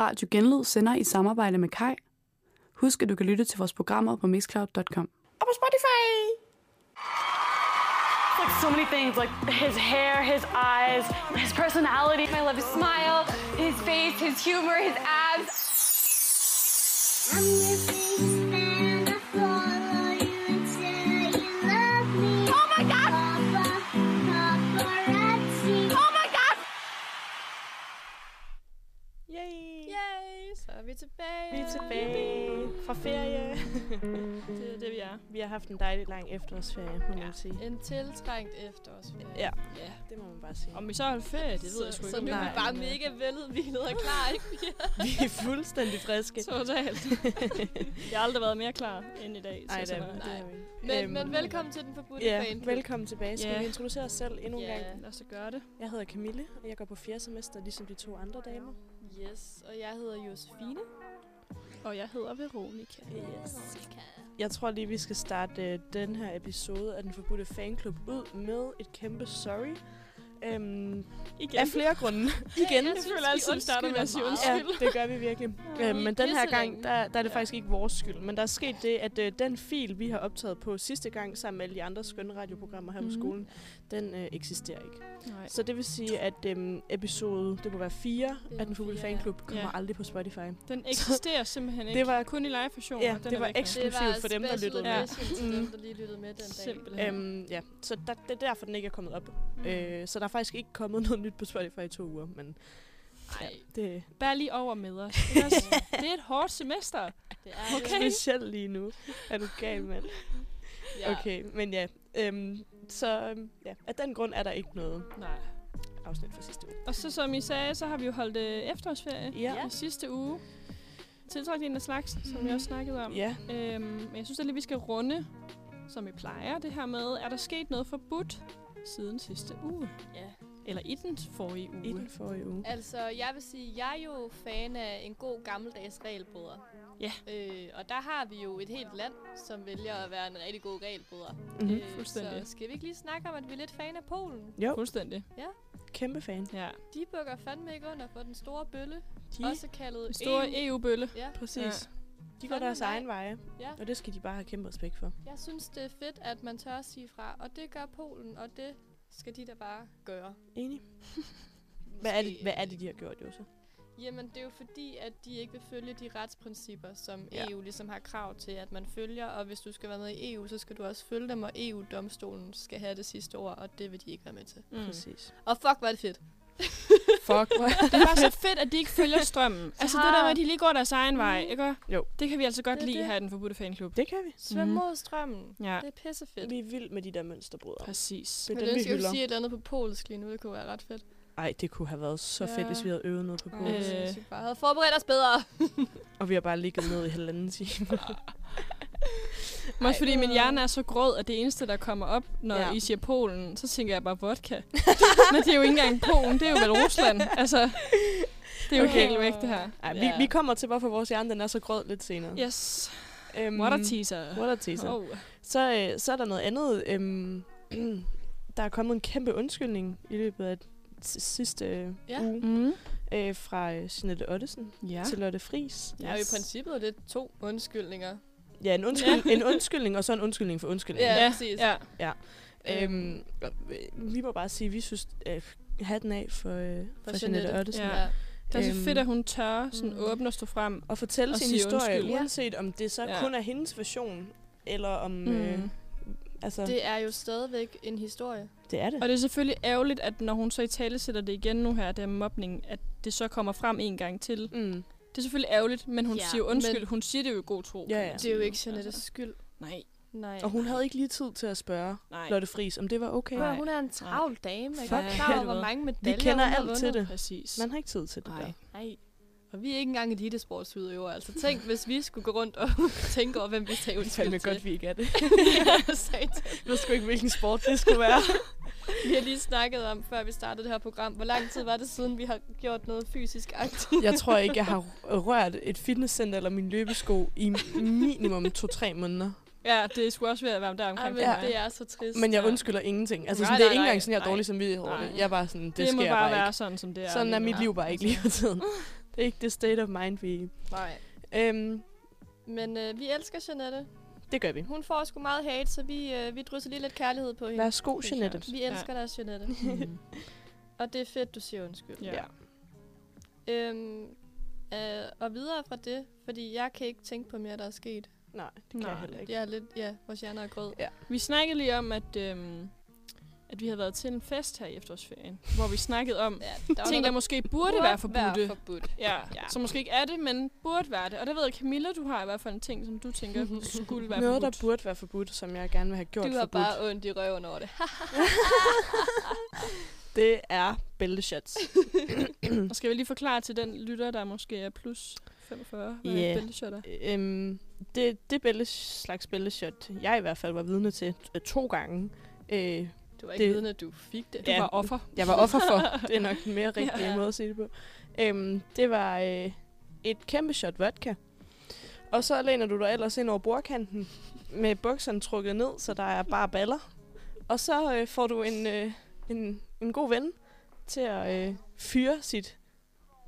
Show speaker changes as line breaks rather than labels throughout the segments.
Radio Genlyd sender i samarbejde med Kai. Husk, at du kan lytte til vores programmer på mixcloud.com.
Og på Spotify.
like so many things like his hair, his eyes, his personality. I love his smile, his face, his humor, his abs.
I'm your biggest fan. I follow you until you love me.
Oh my God!
Papa, paparazzi.
Oh my god!
Yay!
Yay!
Så er vi tilbage.
Vi er tilbage fra ferie.
Det er det, vi er.
Vi har haft en dejlig lang efterårsferie, må man
Ja.
sige.
En tiltrængt efterårsferie.
Ja.
ja.
Det må man bare sige.
Om vi så holdt ferie, det ved jeg sgu
så,
ikke.
Så
om
nu er
vi-
vi bare mega veludhvilet og klar, ikke?
Vi er fuldstændig friske.
Totalt. jeg har aldrig været mere klar end i dag.
Ej, det
sådan
er, det er vi.
Men,
Øhm,
men velkommen til den forbudte
Ja,
fan.
velkommen tilbage. Skal
Ja.
vi introducere os selv endnu en
Ja.
gang?
Lad os da gøre det.
Jeg hedder Camille, og jeg går på fjerde semester, ligesom de to andre damer.
Yes, og jeg hedder Josefine.
Og jeg hedder Veronica.
Yes. Jeg tror lige, vi skal starte øh, den her episode af Den Forbudte Fanklub ud med et kæmpe sorry. Øhm,
Igen.
af flere grunde. Igen.
jeg
Jeg
synes,
føler
vi
altid, at vi starter med at sige
undskylder
Ja,
undskyld.
det gør vi virkelig.
Ja.
Øh, men den her
Pisse
gang,
længe.
der, der er det
Ja.
faktisk ikke vores skyld. Men der er sket det, at øh, den fil, vi har optaget på sidste gang, sammen med alle de andre skønne radioprogrammer her på
Mhm.
skolen, den øh, eksisterer ikke.
Nej.
Så det vil sige, at øh, episode, det må være 4
Det er
af Den Forbudte
fire, ja.
Fanklub, kommer
Ja.
aldrig på Spotify.
Den eksisterer simpelthen ikke.
Det var-
kun i live-versioner.
Ja,
Den
det
er
var
væk nu.
ekstra- Eksklusivt for dem, der lyttede
med.
med.
Til
Mm.
dem, der lige lyttede med den dag.
Simpelthen.
Øhm, ja, så der, det er derfor, den ikke er kommet op.
Mm.
Øh, så der er faktisk ikke kommet noget nyt på Spotify i to uger, men
Nej,
det
Bær lige over med os. ikke også? det er et hårdt semester.
det er
er
Okay.
specielt lige nu. Er du gal, mand?
Ja.
Okay, men ja. Øhm, så øhm, ja, af den grund er der ikke noget
Nej.
afsnit fra sidste uge.
Og så som I sagde, så har vi jo holdt øh, efterårsferie
Ja.
i sidste uge. Tiltrækt en af slags,
Mhm.
som vi også snakkede om.
Ja,
Øhm, men jeg synes, at lige, vi skal runde, som vi plejer, det her med, er der sket noget forbudt siden sidste uge?
Ja.
Eller i den forrige uge?
i den forrige uge.
Altså, jeg vil sige, jeg er jo fan af en god gammeldags regelbryder.
Ja.
Øh, og der har vi jo et helt land, som vælger at være en rigtig god regelbryder.
Mhm.
fuldstændig.
Så skal vi ikke lige snakke om, at vi er lidt fan af Polen?
Jo,
Fuldstændig.
kæmpe fan.
Ja.
De bukker fandme ikke under for den store bølle,
De,
også kaldet
Den store e-
EU.
EU-bølle.
Ja,
præcis. De går
Fandme
deres
nej.
egen veje,
ja.
og det skal de bare have kæmpe respekt for.
Jeg synes, det er fedt, at man tør at sige fra, og det gør Polen, og det skal de da bare gøre.
Enig? Hvad er det,
Måske-
hvad er det de har gjort, Jose?
Mm.
Jamen, det er jo fordi, at de ikke vil følge de retsprincipper, som
Ja.
ja. EU ligesom har krav til, at man følger. Og hvis du skal være med i EU, så skal du også følge dem, og EU-domstolen skal have det sidste ord, og det vil de ikke være med til.
Mm.
Præcis.
Og fuck, var det fedt.
Fuck, hvor
Det er bare så fedt, at de ikke følger strømmen. altså det der med, at de lige går deres egen vej, ikke?
Jo.
Det kan vi altså godt
Det er
lide
det.
her i den forbudte fanklub.
Det kan vi.
Svøm
Mhm.
mod strømmen.
Ja,
Det er pissefedt.
Vi er vildt med de der mønsterbrødre.
præcis.
Det er
Men
dem,
det
vi
skal vi
hylder.
sige et eller andet på polsk lige nu, det kunne være ret fedt.
Ej, det kunne have været så fedt,
Ja.
hvis vi havde øvet noget på
Øh.
polsk.
Øh.
Hvis vi bare havde forberedt os bedre.
Og vi har bare ligget ned i halvanden time.
Men også fordi min hjerne er så grød, at det eneste, der kommer op, når
Ja.
ja. I siger Polen, så tænker jeg bare vodka. Men det er jo ikke engang Polen, det er jo vel Rusland. Altså, det er jo
Okay.
okay. helt væk det her.
Ej, vi, vi kommer til, hvorfor vores hjerne den er så grød lidt senere.
Yes,
Øhm,
what a teaser.
What a teaser.
Oh.
Så, øh, så er der noget andet. Øhm, der er kommet en kæmpe undskyldning i løbet af s- sidste øh,
Ja.
uge
Mm.
øh, fra øh, Jeanette Ottesen
Ja.
ja. til Lotte Fris.
Ja, og i princippet er det to undskyldninger.
Ja, en, undskyld, en undskyldning, og så en undskyldning for undskyldning.
Ja,
ja,
præcis.
ja.
Øhm, og, øh, vi må bare sige, at vi synes, øh, hatten af for, øh, for, for
Jeanette,
Jeanette Ottesen.
Ja.
Ja.
Det er så
Øhm.
fedt, at hun tør sådan
Mm.
åbne og stå frem.
Og fortælle
Og
sin
sige
historie,
undskyld.
Ja.
uanset om det så
Ja.
kun er hendes version, eller om... Øh,
Mm.
altså, det,
Det er jo stadigvæk en historie.
det er det.
Og det er selvfølgelig ærgerligt, at når hun så i tale sætter det igen nu her, det er mobning, at det så kommer frem en gang til.
Mm.
Det er selvfølgelig ærgerligt, men hun
Ja,
ja, siger jo undskyld.
men-
Hun siger det jo i god tro.
Ja,
kan
ja.
man
Det er jo
sige.
ikke Jeanettes skyld.
Nej,
Nej.
Og hun havde ikke lige tid til at spørge
nej.
Lotte Friis, om det var okay.
Prøv,
Nej.
hun er en travl dame. Jeg er
Fuck,
godt klar over,
helvede.
hvor mange
Vi
medaljer
kender
hun har
alt til
vundet.
det.
Præcis.
Man har ikke tid til det
Nej.
der.
Nej. Og vi er ikke engang elitesportsudøvere. Altså tænk, hvis vi skulle gå rundt og tænke over, hvem vi sagde
Det er fandme
undskyld
godt,
til.
vi ikke er det.
Ja, satan.
Jeg ved sgu ikke, hvilken sport det skulle være.
vi har lige snakket om, før vi startede det her program, hvor lang tid var det siden, vi har gjort noget fysisk aktivt.
Jeg tror ikke, jeg har rørt et fitnesscenter eller min løbesko i minimum 2-3 måneder.
Ja, det skulle også være at være der
Ej,
omkring.
men
for mig.
det er så trist.
Men jeg
Ja.
undskylder ingenting. Altså,
Nej,
sådan, det er
nej,
ikke
nej,
engang sådan, jeg er
nej.
dårlig samvittighed over
Nej.
det. Jeg er bare sådan, det,
det
sker
må
jeg
bare
bare
være
ikke.
sådan, som det er.
Sådan er
lige nu.
mit liv bare ikke lige for tiden. Det er ikke det state of mind, vi er i.
Nej.
Øhm,
Men øh, vi elsker Jeanette.
det gør vi.
Hun får sgu meget hate, så vi, øh, vi drysser lige lidt kærlighed på hende.
Værsgo,
Det er
Jeanette.
klart.
Vi elsker ja. dig, Jeanette.
Mm.
Og det er fedt, du siger undskyld.
Ja.
Øhm, øh, og videre fra det, fordi jeg kan ikke tænke på mere, der er sket.
Nej, det kan
Nej,
jeg heller ikke.
Jeg er lidt, ja, vores hjerner er grød.
Ja.
Vi snakkede lige om, at, øhm, at vi havde været til en fest her i efterårsferien, hvor vi snakkede om
Ja, der
ting, der måske burde være forbudte.
Være forbudt.
Ja,
Ja.
ja, som måske ikke er det, men burde være det. Og der ved jeg, Camilla, du har i hvert fald en ting, som du tænker skulle være
Noget, der
forbudt.
burde være forbudt, som jeg gerne vil have gjort
Du har
forbudt,
bare ondt i røven over det.
det er bælteshots.
Og skal vi lige forklare til den lytter, der måske er plus 45, hvad
Ja.
yeah. bælteshot er?
øhm, det, det bælte, slags bælteshot, jeg i hvert fald var vidne til øh, to gange, øh,
Du var ikke
Det-
viden, at du fik det.
Du
Ja.
var offer.
jeg var offer for. det er nok den mere rigtige
Ja.
ja. måde at sige det på. Øhm, det var øh, et kæmpe shot vodka. Og så læner du dig ellers ind over bordkanten med bukserne trukket ned, så der er bare baller. Og så øh, får du en, øh, en, en god ven til at øh, fyre sit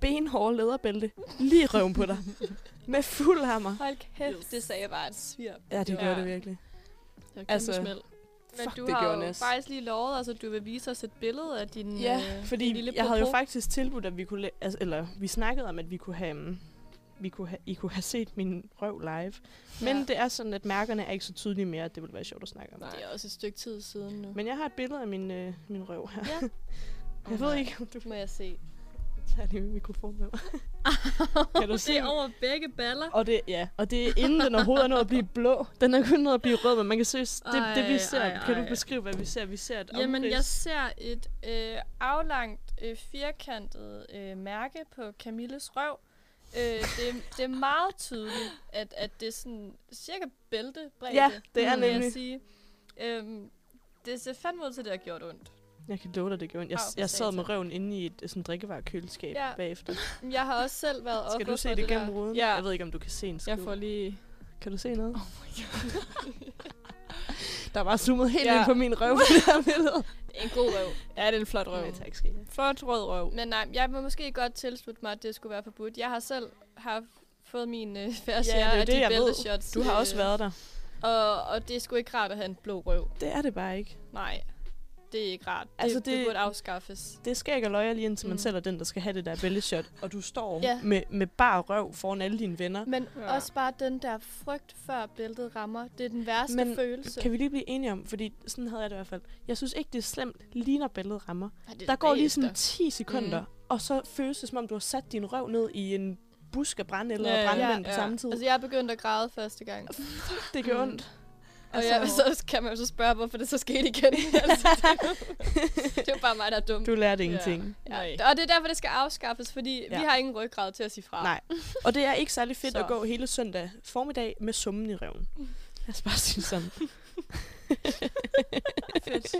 benhårde læderbælte lige i røven på dig. Med fuld hammer.
Hold kæft, yes. det sagde bare et svir.
Ja, det
Ja.
gjorde det virkelig.
Det var et altså,
Altså,
smæld.
Men
Fuck,
du
det
har
gjorde
jo
Nas.
faktisk lige lovet, altså, at du vil vise os et billede af din,
Ja,
øh, din
fordi
lille
jeg havde jo
popo.
faktisk tilbudt, at vi kunne... la- Altså, eller vi snakkede om, at vi kunne have... mm, Vi kunne have, I kunne have set min røv live. Men
Ja.
det er sådan, at mærkerne er ikke så tydelige mere, at det ville være sjovt at snakke om.
Det er også et stykke tid siden nu.
Men jeg har et billede af min, øh, min røv her.
Ja.
Jeg ved ikke, om du
Må jeg se.
tager lige min mikrofon med mig. kan du se?
Det er over begge baller.
Og det, ja, og det er inden den overhovedet er nået at blive blå. Den er kun nået at blive rød, men man kan se, det, det vi
Ej,
ser.
ej,
kan du
ej.
beskrive, hvad vi ser? Vi ser et
Jamen,
omrids.
jeg ser et øh, aflangt, øh, firkantet øh, mærke på Camilles røv. Øh, det, det er meget tydeligt, at, at det er sådan cirka bæltebredde,
Ja, det er
vil jeg
nemlig.
sige. Øhm, det ser fandme ud til, at det har gjort ondt.
Jeg kan love dig, det gjorde ondt. Jeg,
Au, for
jeg sad med
satan.
røven inde i et sådan drikkevarekøleskab
Ja.
ja. bagefter.
Jeg har også selv været offer
Skal du
for
se
det
det gennem
der.
ruden?
Ja.
Jeg ved ikke, om du kan se en skid.
Jeg får lige...
Kan du se noget? Oh my God. der var zoomet helt
Ja.
ja. ind på min røv på det her billede.
En god røv.
Ja, det er en flot røv.
Nej, tak skal I have.
Flot rød røv.
Men nej, jeg må måske godt tilslutte mig, at det skulle være forbudt. Jeg har selv haft fået min øh, færre
det er
share
jo
af
det,
de
jeg ved.
bælteshots.
Du har også
øh,
været der.
Og, og det er sgu ikke rart at have en blå røv.
Det er det bare ikke.
Nej, det er ikke rart. Altså
Altså,
det, det, det
det-
burde afskaffes.
Det skal ikke at løje lige indtil man
Mm.
selv er den, der skal have det der bælteshot. Og du står
Ja.
ja. med, med bare røv foran alle dine venner.
Men ja.
Ja.
også bare den der frygt, før bæltet rammer. Det er den værste Men
Men
følelse.
Kan vi lige blive enige om, fordi sådan havde jeg det i hvert fald. Jeg synes ikke, det er slemt, lige når billedet rammer.
Ej, det er
Der går lige sådan
bagefter.
10 sekunder, mm. og så føles det, som om du har sat din røv ned i en busk af brand eller
Ja, ja, mm.
ja, brandmænd ja,
ja.
på samme tid.
Altså, jeg begyndte at græde første gang. Og
det gør ondt.
altså, jeg, så kan man jo så spørge, hvorfor det så skete igen. altså, det, det er jo bare mig, der er dum.
Du lærte
Ja.
ingenting.
Ja. Og det er derfor, det skal afskaffes, fordi ja.
Ja.
vi har ingen ryggrad til at sige fra.
Nej. Og det er ikke særlig fedt
Så.
så. at gå hele søndag formiddag med summen i røven. Lad os bare sige sådan.
Fedt.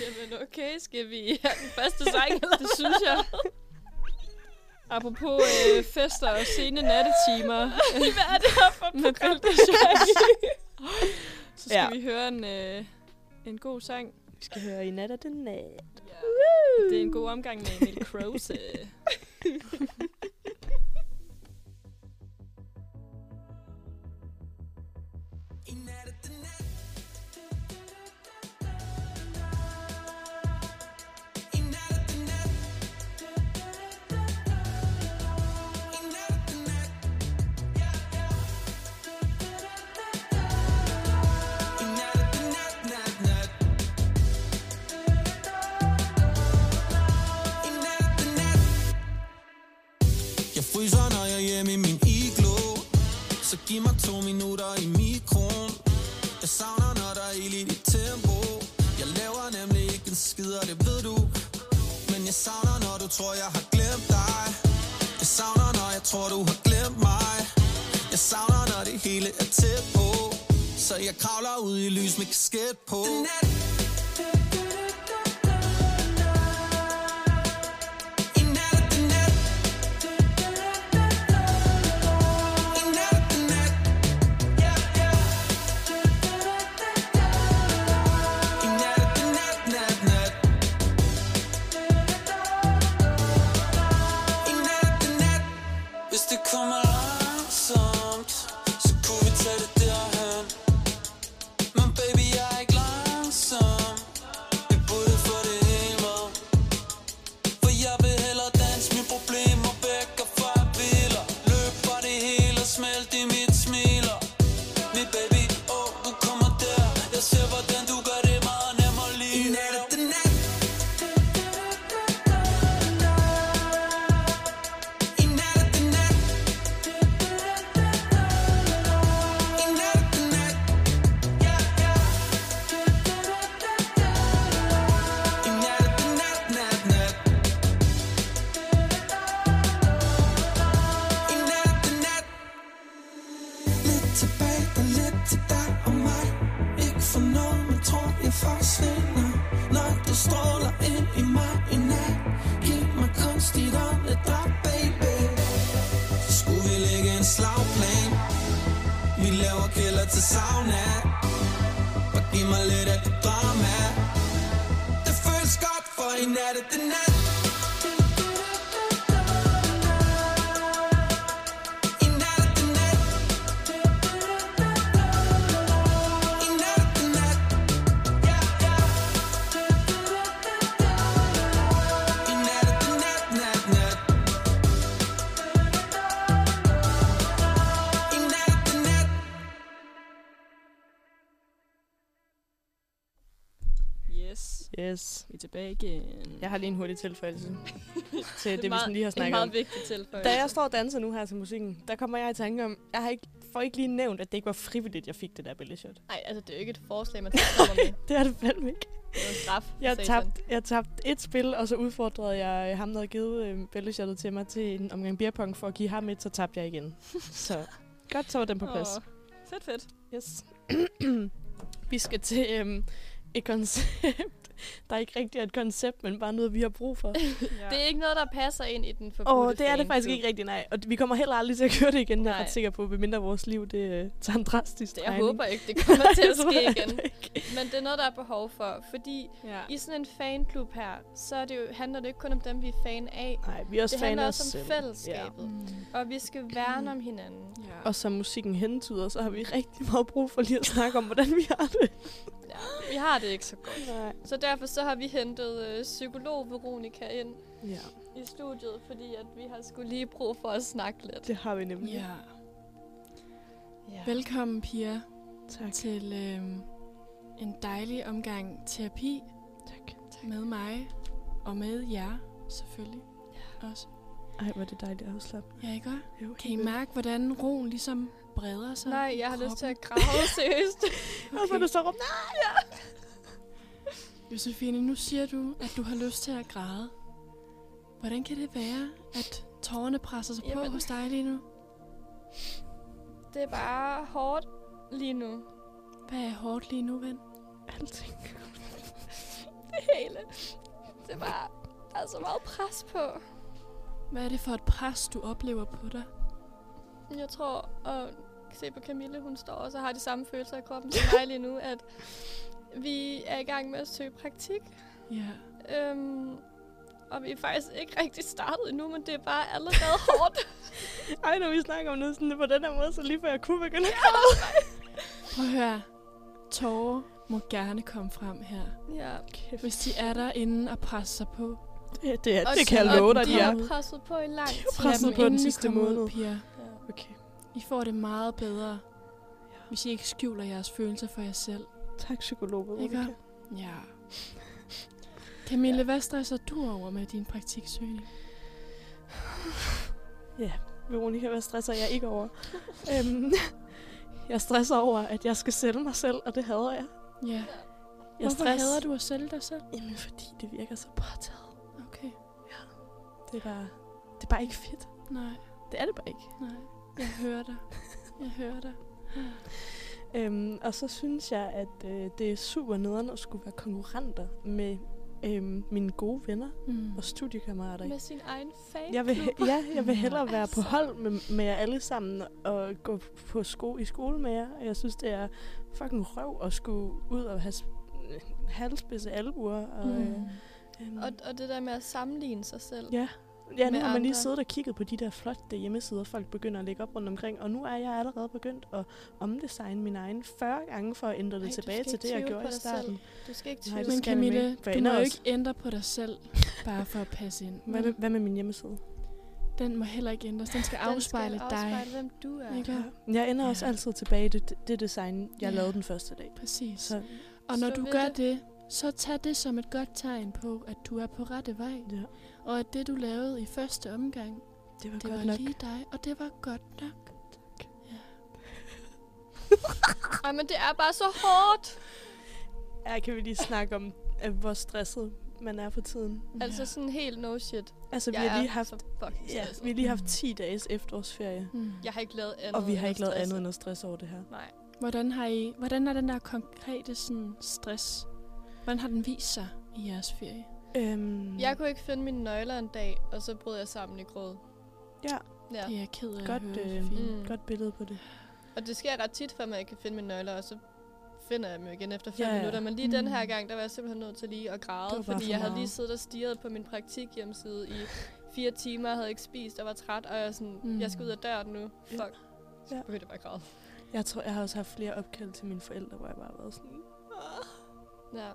Jamen okay, skal vi have den første sang? Eller? Det synes jeg.
Apropos øh, fester og sene nattetimer
Hvad er det her for
med
program?
bælteshot, så skal
Ja.
vi høre en, øh, en god sang.
Vi skal høre i nat og den nat.
Det er en god omgang med Emil Krause.
Jeg fryser, når jeg er hjemme i min iglo Så giv mig to minutter i mikroen Jeg savner, når der er ild i dit tempo Jeg laver nemlig ikke en skid, og det ved du Men jeg savner, når du tror, jeg har glemt dig Jeg savner, når jeg tror, du har glemt mig Jeg savner, når det hele er tæt på Så jeg kravler ud i lys med kasket på I nat er det nat. Yeah. Hvis det kommer langsomt Så kunne vi tage det derhen Men baby, jeg er ikke langsom Jeg burde få det hele med For jeg vil hellere danse mine problemer væk Og fra biler Løb fra det hele og smelt i mit smiler Min baby, åh, oh, du kommer der Jeg ser, hvordan du gør det meget nemmere lige I nat efter nat I nat efter nat I nat efter nat Ja, ja I nat efter nat, nat, nat I nat efter nat Lidt tilbage og lidt til dig og mig Ikke for noget, men tror jeg forsvinder Når du stråler ind i mig i nat Giv mig kunstigt om med dig, baby Skulle vi lægge en slagplan Vi laver kælder til sauna Bare giv mig lidt af det drama Det føles godt for en nat er det nat En nat er det nat En nat er det nat Ja, ja En nat er det nat, nat, nat En nat er det nat
Yes.
Yes.
Vi er tilbage igen.
Jeg har lige en hurtig tilføjelse til det,
er
det vi sådan lige har
en
snakket om.
meget vigtig tilføjelse.
Da jeg står og danser nu her til musikken, der kommer jeg i tanke om, jeg har ikke, får ikke lige nævnt, at det ikke var frivilligt, jeg fik det der billeshot.
Nej, altså det er jo ikke et forslag, man tager med. Det
Det er det fandme ikke.
er jo en straf.
Jeg
satan.
tabte, jeg tabte et spil, og så udfordrede jeg ham, der havde givet øh, billeshottet til mig til en omgang beerpong for at give ham et, så tabte jeg igen. Så godt, så var den på plads.
Åh, Fedt, fedt.
Yes. vi skal til øhm, et koncept, der ikke rigtig er et koncept, men bare noget, vi har brug for.
Ja.
Det er ikke noget, der passer ind i den forbudte
Åh, oh, det er det
fanklub.
faktisk ikke rigtigt, nej. Og vi kommer heller aldrig til at køre det igen, jeg er
Nej.
ret sikker på, medmindre vores liv det, øh, tager en drastisk
Det, jeg
drejning.
håber ikke, det kommer til
Jeg
at
tror
ske
heller
igen.
ikke.
Men det er noget, der er behov for. Fordi
Ja.
i sådan en fanklub her, så er det jo, handler det ikke kun om dem, vi er fan af.
Nej, vi er også
Det
fan
handler
af os
også om
selv.
fællesskabet. Og vi skal værne om hinanden.
ja.
Og som musikken hentyder, så har vi rigtig meget brug for lige at snakke om, hvordan vi har det.
Ja, vi har det ikke så godt.
Nej.
Så derfor så har vi hentet øh, psykolog Veronica ind
Ja,
i studiet, fordi at vi har skulle lige brug for at snakke lidt.
det har vi nemlig.
ja.
Ja.
Velkommen, Pia,
Tak.
til øhm, en dejlig omgang terapi
tak.
med mig og med jer, selvfølgelig. Også.
Ej, hvor er det dejligt at afslappe.
Ja, ikke også?
Jo,
Kan I
helt vildt.
mærke, hvordan roen ligesom breder sig?
Nej, jeg har lyst til at grave seriøst.
Og så er det så råbt, nej!
Josefine, nu siger du, at du har lyst til at græde. Hvordan kan det være, at tårerne presser sig på
Jamen.
hos dig lige nu?
det er bare hårdt lige nu.
Hvad er hårdt lige nu, ven?
Alting.
Det hele. Det er bare, der er så meget pres på.
Hvad er det for et pres, du oplever på dig?
Jeg tror, at se på Camille, hun står også og har de samme følelser i kroppen som mig lige nu, at vi er i gang med at søge praktik.
Ja.
Øhm, og vi er faktisk ikke rigtig startet endnu, men det er bare allerede hårdt.
Ej, når vi snakker om noget sådan på den her måde, så lige før jeg kunne begynde at
Prøv at høre. Tårer må gerne komme frem her.
ja.
kæft.
Hvis de er derinde og presser sig på.
Det, det, er,
Og
det
de-
kan jeg
og
love dig,
de
de er.
har presset på i lang tid.
Lad
Presset
dem
på den
endelig
sidste
komme ud,
måned.
piger.
Okay,
I får det meget bedre, hvis I ikke skjuler jeres følelser for jer selv.
tak psykolog.
Ikke?
Veronica.
Ja. Camille, ja. hvad stresser du over med din praktiksøgning?
Veronica, hvad stresser jeg ikke over? øhm, jeg stresser over, at jeg skal sælge mig selv, og det hader jeg.
Ja.
Jeg
Hvorfor hader du at sælge dig selv?
Jamen, fordi det virker så påtaget.
Okay.
Det er bare, det er bare ikke fedt.
Nej,
Det er det bare ikke.
nej. Jeg hører dig. Jeg hører dig.
Øhm, og så synes jeg, at øh, det er super nederen at skulle være konkurrenter med øhm, mine gode venner
Mm.
og studiekammerater.
Med sin egen fan.
Jeg vil, ja, jeg vil hellere være
Altså.
på hold med, med jer alle sammen og gå på sko i skole med jer. Og Jeg synes, det er fucking røv at skulle ud og have s- øh, halvspidse albuer. Og, mm.
Mm.
øh, øhm,
Og, og det der med at sammenligne sig selv.
ja, Ja, nu
med
har man lige
andre.
siddet og kigget på de der flotte hjemmesider, folk begynder at lægge op rundt omkring, og nu er jeg allerede begyndt at omdesigne min egen 40 gange for at ændre det
Ej, du skal
tilbage til
ikke
det, jeg
tvivle
gjorde
på
i
dig
starten.
Du skal ikke
Nej,
tvivle.
det
Men
skal vi
Camille,
ikke. For
du må
ender
jo
os.
ikke ændre på dig selv, bare for at passe ind.
Mm.
Hvad med, hvad med min hjemmeside?
Den må heller ikke ændres. Den skal
Den
afspejle
skal
dig.
afspejle, hvem du er.
Ikke?
Jeg ender
Ja.
også altid tilbage i det, det design, jeg
Ja.
lavede den første dag.
Præcis.
Så
Og når
Stå
du
ved
gør
det.
det. det, så tag det som et godt tegn på, at du er på rette vej.
ja,
Og at det, du lavede i første omgang,
det var
det
godt
var
nok.
lige dig, og det var godt nok.
Ej, men det er bare så hårdt.
Ja, kan vi lige snakke om, øh, hvor stresset man er for tiden?
Altså sådan helt no shit.
Altså, vi
Jeg
har lige
er
haft,
så fucking
ja,
stresset.
vi har lige haft 10 dages efterårsferie,
Mm.
Jeg har ikke lavet andet
og vi har
end
ikke lavet
stresse.
andet end at stresse over det her.
Nej.
Hvordan, har I, hvordan er den der konkrete sådan, stress? Hvordan har den vist sig i jeres ferie?
Øhm,
Jeg kunne ikke finde mine nøgler en dag, og så brød jeg sammen i gråd.
Ja.
ja.
Det er jeg ked af
Godt,
at høre,
øh,
Fie.
Mm.
Godt billede på det.
Og det sker ret tit, før man ikke kan finde mine nøgler, og så finder jeg dem jo igen efter 5
Ja,
ja,
ja.
ja. minutter. Men lige mm.
Mm.
den her gang, der var jeg simpelthen nødt til lige at
Det var
græde,
bare
fordi
for
jeg havde
meget.
lige siddet og stirret på min praktik hjemmeside i fire timer, havde ikke spist og var træt, og jeg er sådan, mm.
Mm.
jeg skal ud af døren nu.
Ja.
Fuck. Så
Ja.
begyndte jeg bare at græde.
Jeg tror, jeg har også haft flere opkald til mine forældre, hvor jeg bare har været sådan...
Ja.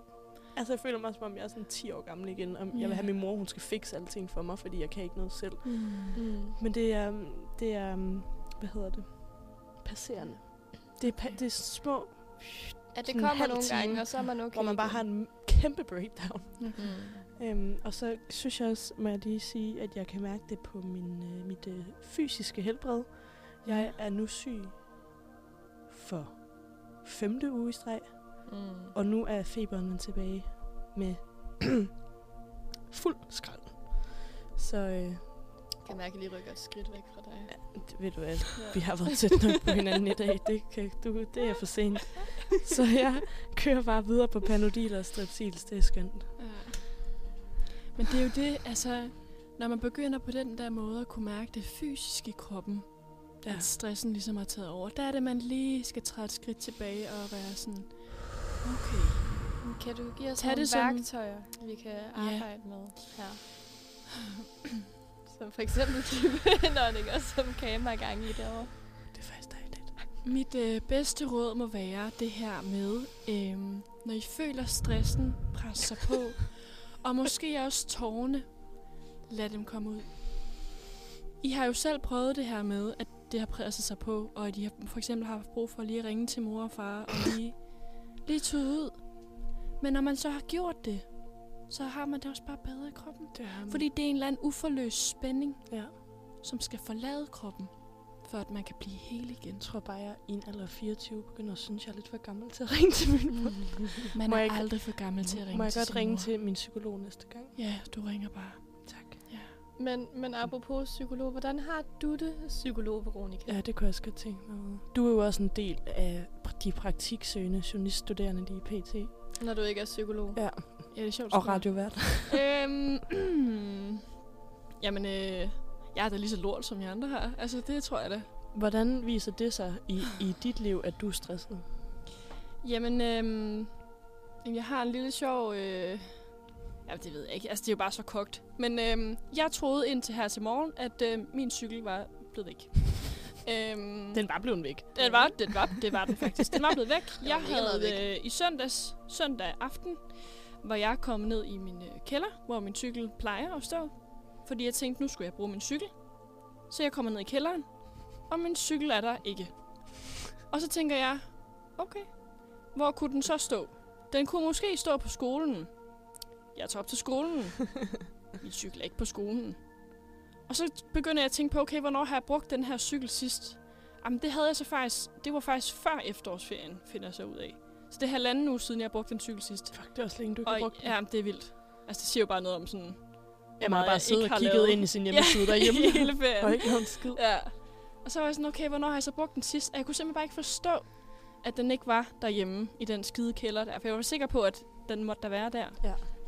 Altså, jeg føler mig, som om jeg er sådan 10 år gammel igen, og jeg
Ja.
vil have min mor, hun skal fikse alting for mig, fordi jeg kan ikke noget selv.
Mm.
Mm.
Men det er... øhm, Det er øhm, hvad hedder det? Passerende. Det er, pa- det er små,
At det
Sådan en
kommer
halv
nogle
time,
gange, og så er man okay.
hvor man bare har
igen.
en kæmpe breakdown.
Mm.
Øhm, og så synes jeg også, må jeg lige sige, at jeg kan mærke det på min, øh, mit øh, fysiske helbred. Jeg er nu syg for femte uge i streg,
Mm.
og nu er feberen vendt tilbage med fuld skrald. Så øh,
Jeg kan mærke, at jeg lige rykker et skridt væk fra dig.
det ved du hvad,
Ja.
vi har været tæt nok på hinanden i dag, det, kan, du, det er for sent. Så jeg kører bare videre på panodil og strepsils, det er skønt.
Ja. Men det er jo det, altså, når man begynder på den der måde at kunne mærke det fysiske i kroppen, ja.
Ja.
at stressen ligesom har taget over, der er det, man lige skal træde et skridt tilbage og være sådan, okay,
Kan du give os
Tag
nogle
det
det
som-
værktøjer, vi kan arbejde yeah. med her? Som for eksempel de indåndinger, som Kame har gang i derovre.
Det er faktisk dejligt.
Mit øh, bedste råd må være det her med, øhm, når I føler stressen presse sig på, og måske også tårne, lad dem komme ud. I har jo selv prøvet det her med, at det har presset sig på, og at I har, for eksempel har haft brug for lige at ringe til mor og far og lige, lige tude ud. Men når man så har gjort det, så har man det også bare bedre i kroppen.
Det er
Fordi det er en eller anden uforløst spænding,
Ja.
som skal forlade kroppen, for at man kan blive hel igen.
Jeg tror bare, jeg i en alder af 24 begynder at synes, jeg er lidt for gammel til at ringe til min mor.
Man
Må
er
jeg ikke-
aldrig for gammel til at ringe
Må jeg
til
godt
sin
ringe
mor.
til min psykolog næste gang?
Ja, du ringer bare.
Tak.
Ja.
Men, men apropos psykolog, hvordan har du det, psykolog Veronica?
Ja, det kunne jeg også godt tænke mig. Du er jo også en del af de praktiksøgende journaliststuderende lige i PT.
Når du ikke er psykolog.
Ja,
ja, det er sjovt.
og radiovært.
Øhm, jamen, øh, jeg er da lige så lort, som jeg andre har. Altså, det tror jeg da.
Hvordan viser det sig i, i dit liv, at du er stresset?
Jamen, øhm, jamen, jeg har en lille sjov... Øh, jamen, det ved jeg ikke. Altså, det er jo bare så kogt. Men øhm, jeg troede indtil her til morgen, at øh, min cykel var blevet væk. øhm,
Den var blevet væk.
Den var, den var, det var den faktisk. Den var blevet væk. Jeg
mega meget
havde øh, i søndags, søndag aften, var jeg kommet ned i min øh, kælder, hvor min cykel plejer at stå. Fordi jeg tænkte, nu skulle jeg bruge min cykel. Så jeg kommer ned i kælderen, og min cykel er der ikke. Og så tænker jeg, okay, hvor kunne den så stå? Den kunne måske stå på skolen. Jeg tager op til skolen. Min cykel er ikke på skolen. Og så begynder jeg at tænke på, okay, hvornår har jeg brugt den her cykel sidst? Jamen, det havde jeg så faktisk, det var faktisk før efterårsferien, finder jeg så ud af. Så det er halvanden uge siden, jeg har brugt den cykel sidst.
Fuck, det er også længe, du ikke
Og
har brugt den.
ja, det er vildt. Altså, det siger jo bare noget om sådan...
Jeg
meget
har bare
jeg
siddet
ikke
og
har
kigget
lavet.
ind i sin hjemmeside derhjemme.
i hele ferien.
og ikke lavet en skid.
Ja. Og så var jeg sådan, okay, hvornår har jeg så brugt den sidst? Og jeg kunne simpelthen bare ikke forstå, at den ikke var derhjemme i den skide kælder der. For jeg var sikker på, at den måtte der være der.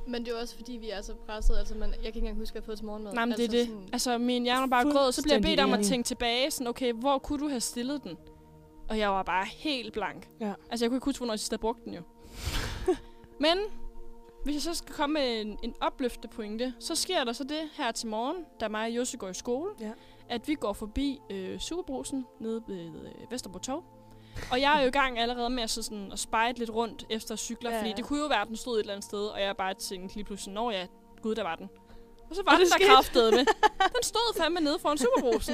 Men det er jo også fordi, vi er så presset. Altså, man, jeg kan ikke engang huske, at jeg har fået til morgenmad.
Nej, men
altså,
det er det.
Sådan,
Altså, min hjerne var bare grød, så blev jeg bedt om at
Fuldstændig
tænke tilbage, sådan, okay, hvor kunne du have stillet den? Og jeg var bare helt blank.
Ja.
Altså, jeg kunne ikke huske, hvornår jeg sidst havde brugt den jo. men Hvis jeg så skal komme med en, en opløfte pointe, så sker der så det her til morgen, da mig og Josse går i skole,
Ja.
at vi går forbi øh, Superbrusen nede ved øh, Vesterbro Torv. Og jeg er jo i gang allerede med at, så sådan, at spejde lidt rundt efter cykler,
Ja,
ja, fordi
ja.
det kunne jo være, at den stod et eller andet sted, og jeg bare tænkte lige pludselig, når ja, gud, der var den. Og så var den der kraftede med. Den stod fandme nede foran Superbrusen.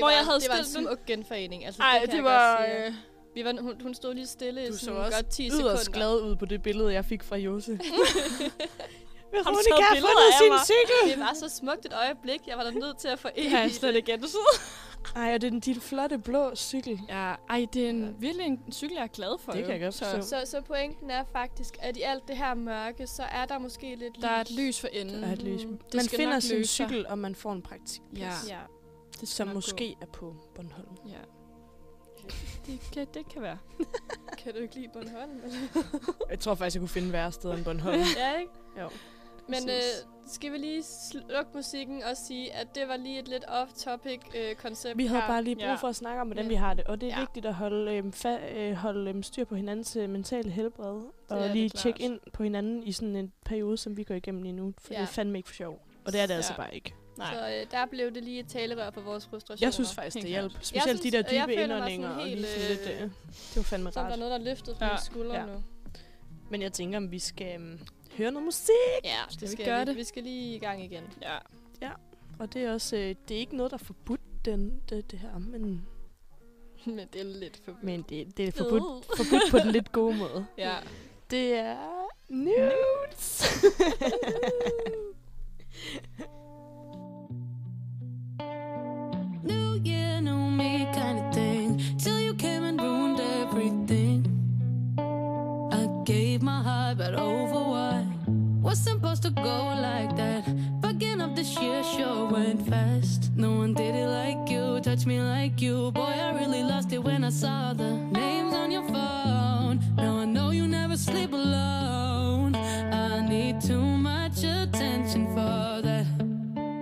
Hvor
var,
jeg havde
det var en
stillet den-
smuk genforening. Altså,
Nej,
det,
det,
kan jeg
var...
godt sige.
Øh,
Vi var, hun, hun stod lige stille i
Du så
sådan
også
godt 10 sekunder.
yderst glad ud på det billede, jeg fik fra Jose.
har du
Veronica
taget
har
billeder
fundet
af
sin
mig?
cykel!
Det var så smukt et øjeblik. Jeg var da nødt til at få
Det har jeg slet ikke gættet.
Ej, og det er den, din flotte blå cykel.
Ja, ej, det er en, virkelig en cykel, jeg er glad for.
Det
jo.
kan jeg godt
så,
forstå.
Så, så pointen er faktisk, at i alt det her mørke, så er der måske lidt lys.
Der er et lys for enden.
Der er et lys.
Mm,
det
man
skal
finder
nok
sin
løse sig.
cykel, og man får en praktik,
Ja,
Ja.
det skal
som
nok gå.
måske er på Bornholm.
Ja. Det kan, det kan være.
Kan du ikke lide Bornholm?
Jeg tror faktisk, jeg kunne finde værre steder end Bornholm.
ja, ikke?
Jo.
Men
Præcis.
øh, skal vi lige slukke musikken og sige, at det var lige et lidt off-topic øh, koncept
Vi havde
her.
bare lige brug
Ja.
for at snakke om, hvordan
Men-
vi har det. Og det er
ja.
ja. vigtigt at holde, øhm, fa- øh, holde øhm, styr på hinandens øh, mentale helbred.
er
Og
det
lige
klart.
tjekke ind på hinanden i sådan en periode, som vi går igennem lige nu. For
Ja.
det er fandme ikke for sjov. Og det er det
Ja.
altså bare ikke.
Nej.
Så øh, der blev det lige et talerør for vores frustrationer.
Jeg synes faktisk,
helt
det
klart.
hjalp. Specielt de
synes-
der
jeg
dybe
føler mig
indåndinger.
sådan
og
helt,
lige sådan lidt,
øh,
øh, det var fandme
Som der er
rart.
noget, der er løftet på
Ja.
ja. skuldre
Ja.
ja. nu.
Men jeg tænker, om vi skal øhm, høre noget musik.
Ja,
Skal
det
vi
skal
gøre
vi.
det?
Vi skal lige i gang igen.
Ja.
Og det er også, øh, det er ikke noget, der er forbudt, den, det, det her. Men,
Men det er lidt for...
men det, det er forbudt, forbudt på den lidt gode måde.
ja.
Det er nudes.
New year, new me kind of thing. Till you came and ruined everything. I gave my heart, but over what? Was supposed to go like that. Fucking up this year sure went fast. No one did it like you, touched me like you. Boy, I really lost it when I saw the names on your phone. Now I know you never sleep alone. I need too much attention for that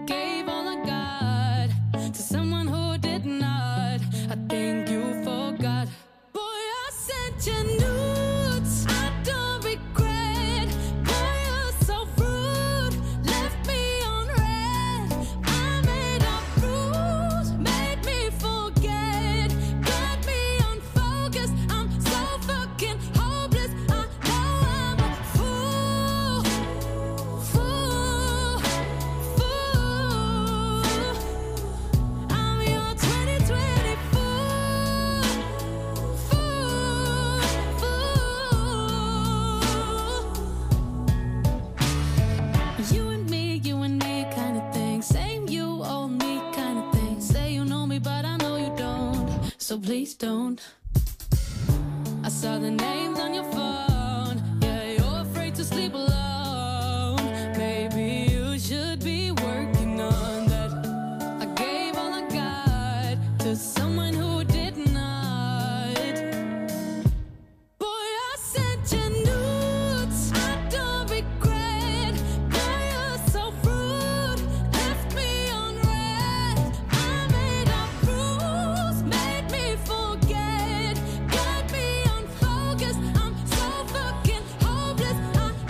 gave all I got to someone who did not. I think you forgot. Boy, I sent you nudes. I don't regret. Boy, you're so rude. Left me on red. I made up rules. Made me forget. Got me unfocused. I'm so fucking hopeless. I know I'm a fool. Fool. Fool. I'm your 2024 fool. Fool. You and me, you and me kind of thing. Same you, old me kind of thing. Say you know me, but I know you don't. So please don't. I saw the names on your phone. Yeah, you're afraid to sleep alone. Maybe you should be working on that. I gave all I got to someone who did not. Boy, I sent you nudes. I don't regret. Boy, you're so rude. Left me on red. I made up rules, made me forget. Got me unfocused. I'm so fucking hopeless. I know I'm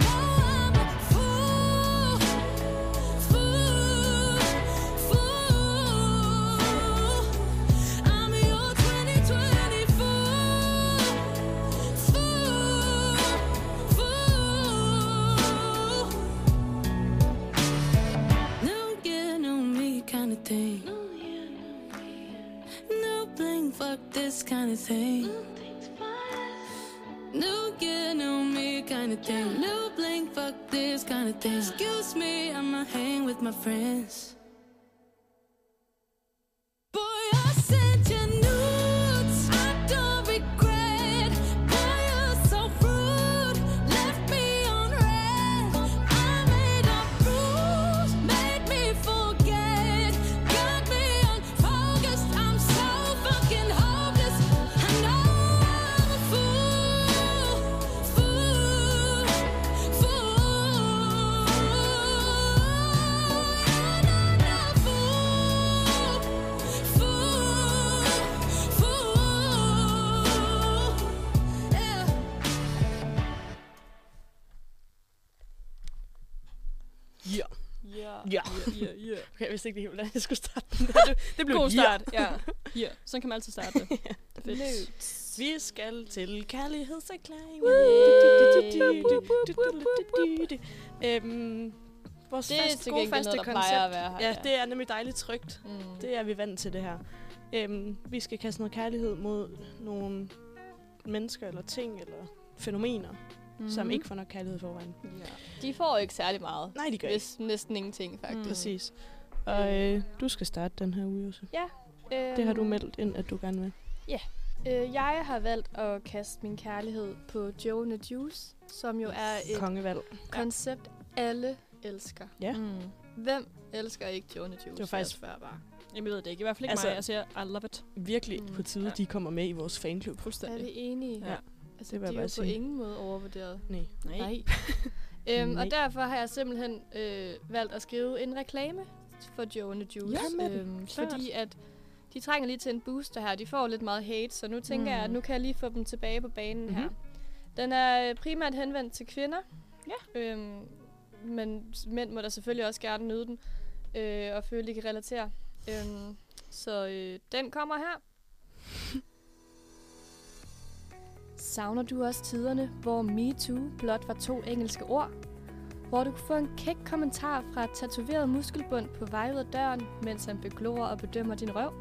a fool, fool, fool. I'm your 2024. Fool, fool. New year, new me kind of thing. New bling, fuck this kind of thing. New year, new me kind of thing. New bling, fuck this kind of thing. Excuse me, I'ma hang with my friends. Boy, I sent you nudes. I don't regret. Boy, you're so rude. Left me on red. I made up rules, made me forget. Got me unfocused. I'm so fucking hopeless. I know I'm a fool, fool, fool. I know
Ja.
ja, ja.
Okay, jeg vidste ikke helt, hvordan jeg skulle starte den der. Det, det blev
God
et ja.
start. Ja. ja. Sådan kan man altid starte det. Fedt.
Vi skal til kærlighedserklæring. Øhm, vores
Det er
faste,
til
gode
gengæld noget,
faste
der
koncept.
plejer at være her.
Ja, det er nemlig dejligt trygt.
Mm.
Det er vi vant til det her. Øhm, vi skal kaste noget kærlighed mod nogle mennesker eller ting eller fænomener, mm-hmm.
Mhm.
Mm.
som ikke får nok kærlighed i forvejen.
Ja.
De får ikke særlig meget.
Nej, de gør ikke.
Hvis næsten ingenting,
Mm.
faktisk.
Præcis. Og øh, du skal starte den her uge, Jose.
Mm.
Det har du
Mhm.
meldt ind, at du gerne vil.
Øh, jeg har valgt at kaste min kærlighed på Joe and the Juice, som jo er
Øh,
et
Kongevalg.
koncept, alle elsker.
Ja.
Mm. Hvem elsker ikke Joe and the Juice?
Det var faktisk-
Jeg spørger bare.
Jamen, jeg ved det ikke. I hvert fald ikke
Altså-
altså, mig. Jeg siger, I love it.
Virkelig
Mm,
på tide,
ja.
de kommer med i vores fanklub.
Er
Fuldstændig.
vi enige?
Ja.
Altså,
Det vil jeg
de
bare
er jo på
sige.
ingen måde overvurderet.
Nej.
Nej. øhm,
Nej.
og derfor har jeg simpelthen øh, valgt at skrive en reklame for Joe and the Juice.
Ja, med den.
øhm,
Klart.
fordi at de trænger lige til en booster her. De får lidt meget hate, så nu tænker mm. jeg, at
Mm.
nu kan jeg lige få dem tilbage på banen
Mhm.
mm-hmm. her. Den er øh, primært henvendt til kvinder. Ja. Øhm, men s- mænd må da selvfølgelig også gerne nyde den øh, og føle, de kan relatere. Øhm, så øh, den kommer her. Savner du også tiderne, hvor MeToo blot var to engelske ord? Hvor du kunne få en kæk kommentar fra et tatoveret muskelbund på vej ud af døren, mens han beglor og bedømmer din røv?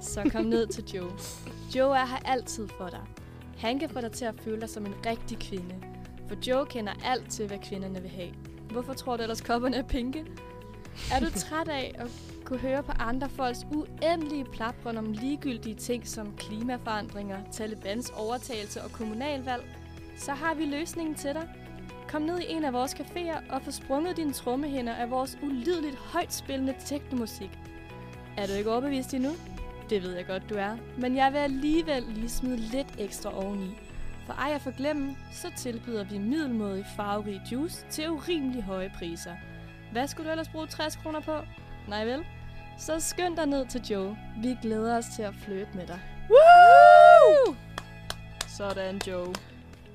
Så kom ned til Joe. Joe er her altid for dig. Han kan få dig til at føle dig som en rigtig kvinde. For Joe kender alt til, hvad kvinderne vil have. Hvorfor tror du ellers, kopperne er pinke? Er du træt af at kunne høre på andre folks uendelige plapren om ligegyldige ting som klimaforandringer, Talibans overtagelse og kommunalvalg? Så har vi løsningen til dig. Kom ned i en af vores caféer og få sprunget dine trommehinder af vores ulideligt højtspillende teknomusik. Er du ikke overbevist endnu? Det ved jeg godt, du er. Men jeg vil alligevel lige smide lidt ekstra oveni. For ej at forglemme, så tilbyder vi middelmådig farverig juice til urimelig høje priser. Hvad skulle du ellers bruge 60 kroner på? Nej vel? Så skynd dig ned til Joe. Vi glæder os til at flytte med dig.
Woo!
Sådan, Joe.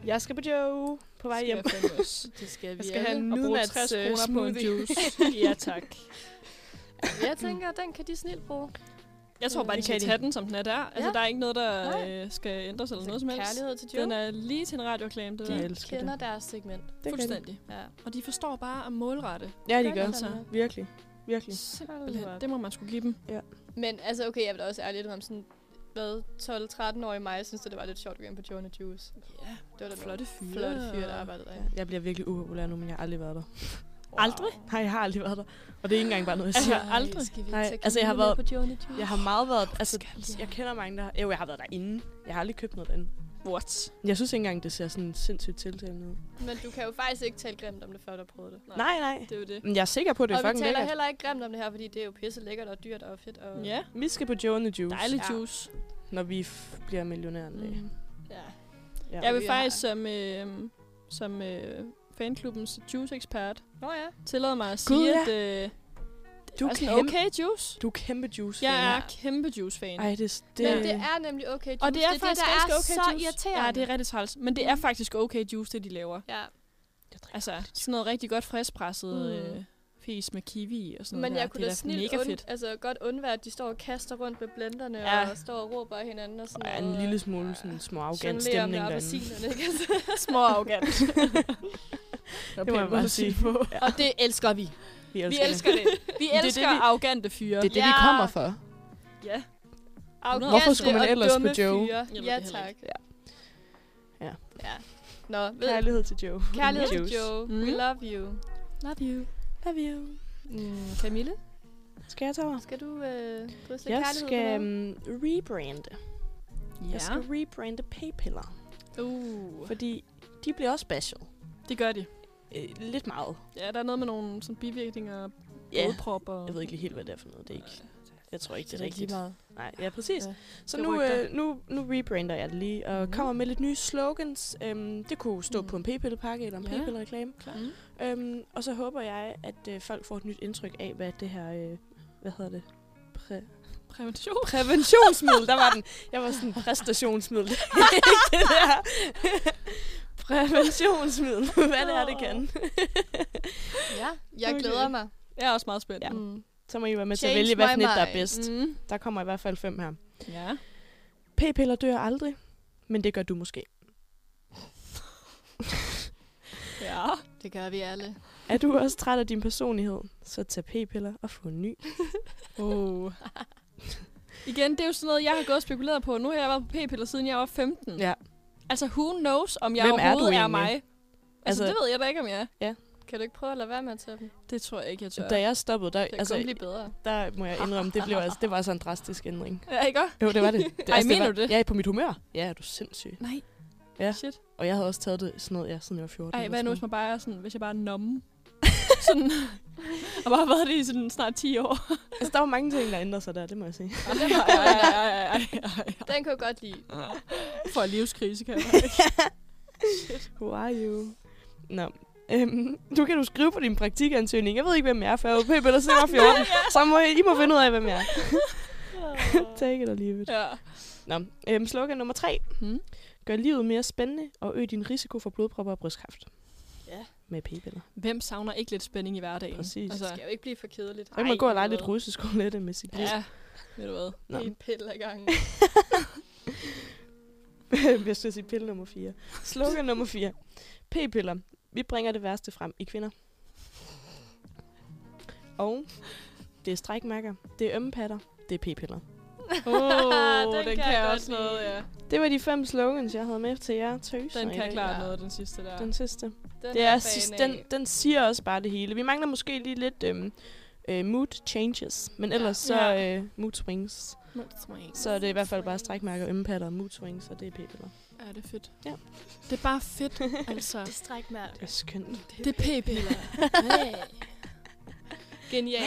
Jeg skal på Joe på vej hjem.
Skal jeg fandme også.
Det skal vi
Jeg skal have en
Og bruge
midnats
60
øh,
kroner på en
smoothie.
juice. ja, tak.
Jeg tænker, den kan de snilt bruge.
Jeg tror bare, de
Det
kan
kan de.
tage den, som den er der. Altså,
Ja.
der er ikke noget, der
Nej. Altså,
øh, skal ændres eller noget som helst.
Kærlighed til Joe.
Den er lige til en radioklame, det
De
der.
elsker
kender deres segment.
det. Fuldstændig.
Fuldstændig.
Ja.
Og de forstår bare at målrette.
Ja, de
Gør
gør.
de
Altså,
fandme.
Virkelig. Virkelig.
simpelthen. Det må man skulle give dem.
Men altså, okay, jeg vil da også ærligt om sådan, hvad, 12-13-årige mig, jeg synes, det var lidt sjovt at gå ind på Joe and the Juice.
Ja,
Det var da
flotte
nogle
fyre.
flotte fyre, der arbejdede der.
Jeg bliver virkelig upopulær nu, men jeg har aldrig været der.
Wow. Aldrig?
Nej, jeg har aldrig været der. Og det er ikke engang bare noget, Altså, jeg siger.
Ej, aldrig.
Skal vi
Nej,
tage
altså, jeg har
Camille med
været-
på Joe and the Juice?
Jeg har meget været... Altså,
Skal.
jeg kender mange, der... Jo, jeg har været derinde. Jeg har aldrig købt noget derinde.
What?
Jeg synes ikke engang, det ser sådan sindssygt tiltalende ud.
Men du kan jo faktisk ikke tale grimt om det, før du har prøvet det.
Nej, nej.
Det er jo det.
Men jeg er sikker på, at det er
og vi
fucking
taler
lækkert.
heller ikke grimt om det her, fordi det er jo pisse lækkert og dyrt og fedt. Og...
Ja,
Vi skal på Joe and the Juice,
dejlig
Ja.
juice.
når vi f- bliver millionærer en dag.
Mm. ja.
Ja.
Jeg vil
Ja.
faktisk som, øh, som øh, fanklubbens juice-ekspert
Nå ja.
tillade mig at
Gud,
sige,
ja.
at øh,
Du, er
også en
kæmpe,
okay juice.
du er kæmpe juice
Jeg
fan.
er kæmpe juice-fan.
Ej, det, det,
Men det er nemlig okay juice.
Og det er
det,
faktisk
det, der
ganske
er
okay
så
juice.
irriterende.
Ja, det er rigtig træls. Men det er faktisk okay juice, det de laver.
Ja.
Altså, sådan noget rigtig godt friskpresset
Mm.
mm. øh, fis med kiwi og sådan
Men
noget
jeg
der.
kunne
det
da
er
snilt
mega
und,
fedt.
altså, godt undvære, at de står og kaster rundt med blenderne
Ja.
og står og råber af hinanden og sådan
er
noget.
en lille smule sådan små arrogant
Jonglere
stemning
med
derinde.
appelsinerne, ikke? Altså,
Små arrogant.
Det må jeg bare sige. Ja,
Og det elsker vi.
vi
Vi
elsker, det.
elsker det. Vi
det,
elsker
vi-
arrogante fyre.
Det er det, vi
Ja.
kommer for.
Ja.
arrogante
Hvorfor skulle man
og
ellers
dumme
på Joe?
fyre.
ved det
Ja,
heller
tak.
ikke.
Ja.
Ja.
ja. Nå, ved
Kærlighed til Joe.
Kærlighed
Juice.
til Joe. Mm. We
Mm.
love you.
Love you.
Love you.
Mm, Camille,
Skal jeg tage over?
skal du øh, drysle
Jeg
kærlighed
skal
på noget?
um, rebrande.
Ja.
Jeg skal rebrande p-piller.
Uh.
Fordi de bliver også special.
Det gør de.
Øh, lidt meget.
Ja, der er noget med nogle sådan bivirkninger,
Ja.
blodpropper.
Jeg ved ikke lige helt, hvad det er for noget. Det er ikke, jeg tror ikke, det er
Det er ikke
rigtigt.
lige meget.
Nej, ja, præcis.
Ja.
Så
Det
nu,
rygter.
øh, nu, nu rebrander jeg det lige og
Mhm.
mm. kommer med lidt nye slogans. Øhm, det kunne stå
Mm.
mm. på en p-pillepakke eller en
Ja.
p-pillereklame.
Klar.
Mm.
Øhm, og så håber jeg, at øh, folk får et nyt indtryk af, hvad det her... Øh, hvad hedder det? Præ-
Prævention.
præventionsmiddel, der var den. Jeg var sådan, præstationsmiddel. Det er ikke det der. Præventionsmiddel. Hvad det er, det kan.
Ja, jeg
Okay.
glæder mig.
Jeg er også meget spændt.
Ja.
Mm.
Så må I være med til at
Change
Altså, vælge, hvad for
my
et, der er
mind.
bedst. Mm.
Mm.
Der kommer i hvert fald fem her.
ja.
P-piller dør aldrig, men det gør du måske.
Ja.
Det gør vi alle.
Er du også træt af din personlighed, så tag p-piller og få en ny.
Uh. Igen, det er jo sådan noget, jeg har gået og spekuleret på. Nu har jeg været på p-piller, siden jeg var 15.
Ja.
Altså, who knows, om jeg
Hvem er du
overhovedet er,
egentlig?
mig? Altså,
Altså-
altså, det ved jeg da ikke, om jeg er.
Kan du ikke prøve at lade være med at tage dem?
Det tror jeg ikke, jeg tør.
Da jeg stoppede, der,
Det kan altså, kun
altså,
blive bedre.
der må jeg indrømme, det, blev, altså, det var så en drastisk ændring.
Ja, ikke også?
Jo, det var det. det
Ej,
det
mener
var,
du det?
Ja, på mit humør. Ja, er du sindssyg.
Nej.
Ja.
Shit.
Og jeg havde også taget det sådan noget, ja, siden jeg var 14.
Ej,
eller
hvad nu,
sådan
hvis man bare er sådan, hvis jeg bare er nomme? sådan. Og bare har været det i sådan snart 10 år.
noget. Altså, der var mange ting, der ændrede sig der, det må jeg sige.
Ej, ej, ej, ej, ej, ej.
Den kan jeg godt lide.
For livskrise, kan jeg
Who are you? Nå. Øhm, nu kan du skrive på din praktikansøgning. Jeg ved ikke, hvem jeg er, for jeg er jo p eller siden jeg var 14. Så må I, I må finde ud af, hvem jeg er. Take it or leave it.
Ja.
Nå. Øhm, slogan nummer tre.
Hmm.
Gør livet mere spændende og øg din risiko for blodpropper og brystkræft.
Ja.
Med p-piller.
Hvem savner ikke lidt spænding i hverdagen?
Præcis.
Det
Altså,
skal jo ikke blive for kedeligt.
Så kan man gå og lege lidt russeskolette med sit liv.
ja, ved du hvad?
Nå.
En pille ad gangen.
Jeg skal sige pille nummer 4. Slogan nummer 4. P-piller. Vi bringer det værste frem i kvinder. Og det er strækmærker, det er ømme patter, det er p-piller.
Oh, den,
Den
den
kan
kan,
jeg
kan
godt
også noget,
lide.
ja.
Det var de fem slogans, jeg havde med til jer tøs.
Den kan klare
Ja.
noget, den sidste der.
Den sidste.
Den
Det
er
er
banen
sidst,
af.
den, den siger også bare det hele. Vi mangler måske lige lidt øhm, øh, mood changes, men ellers så
Ja.
øh, mood swings. Så er det i hvert fald bare strækmærker, ømme patter, og mood swings, og det er p-piller.
Ja, det er fedt.
Ja.
Det er bare fedt, altså.
Det stræk mærke.
Det er skønt.
det er p-piller.
Genial.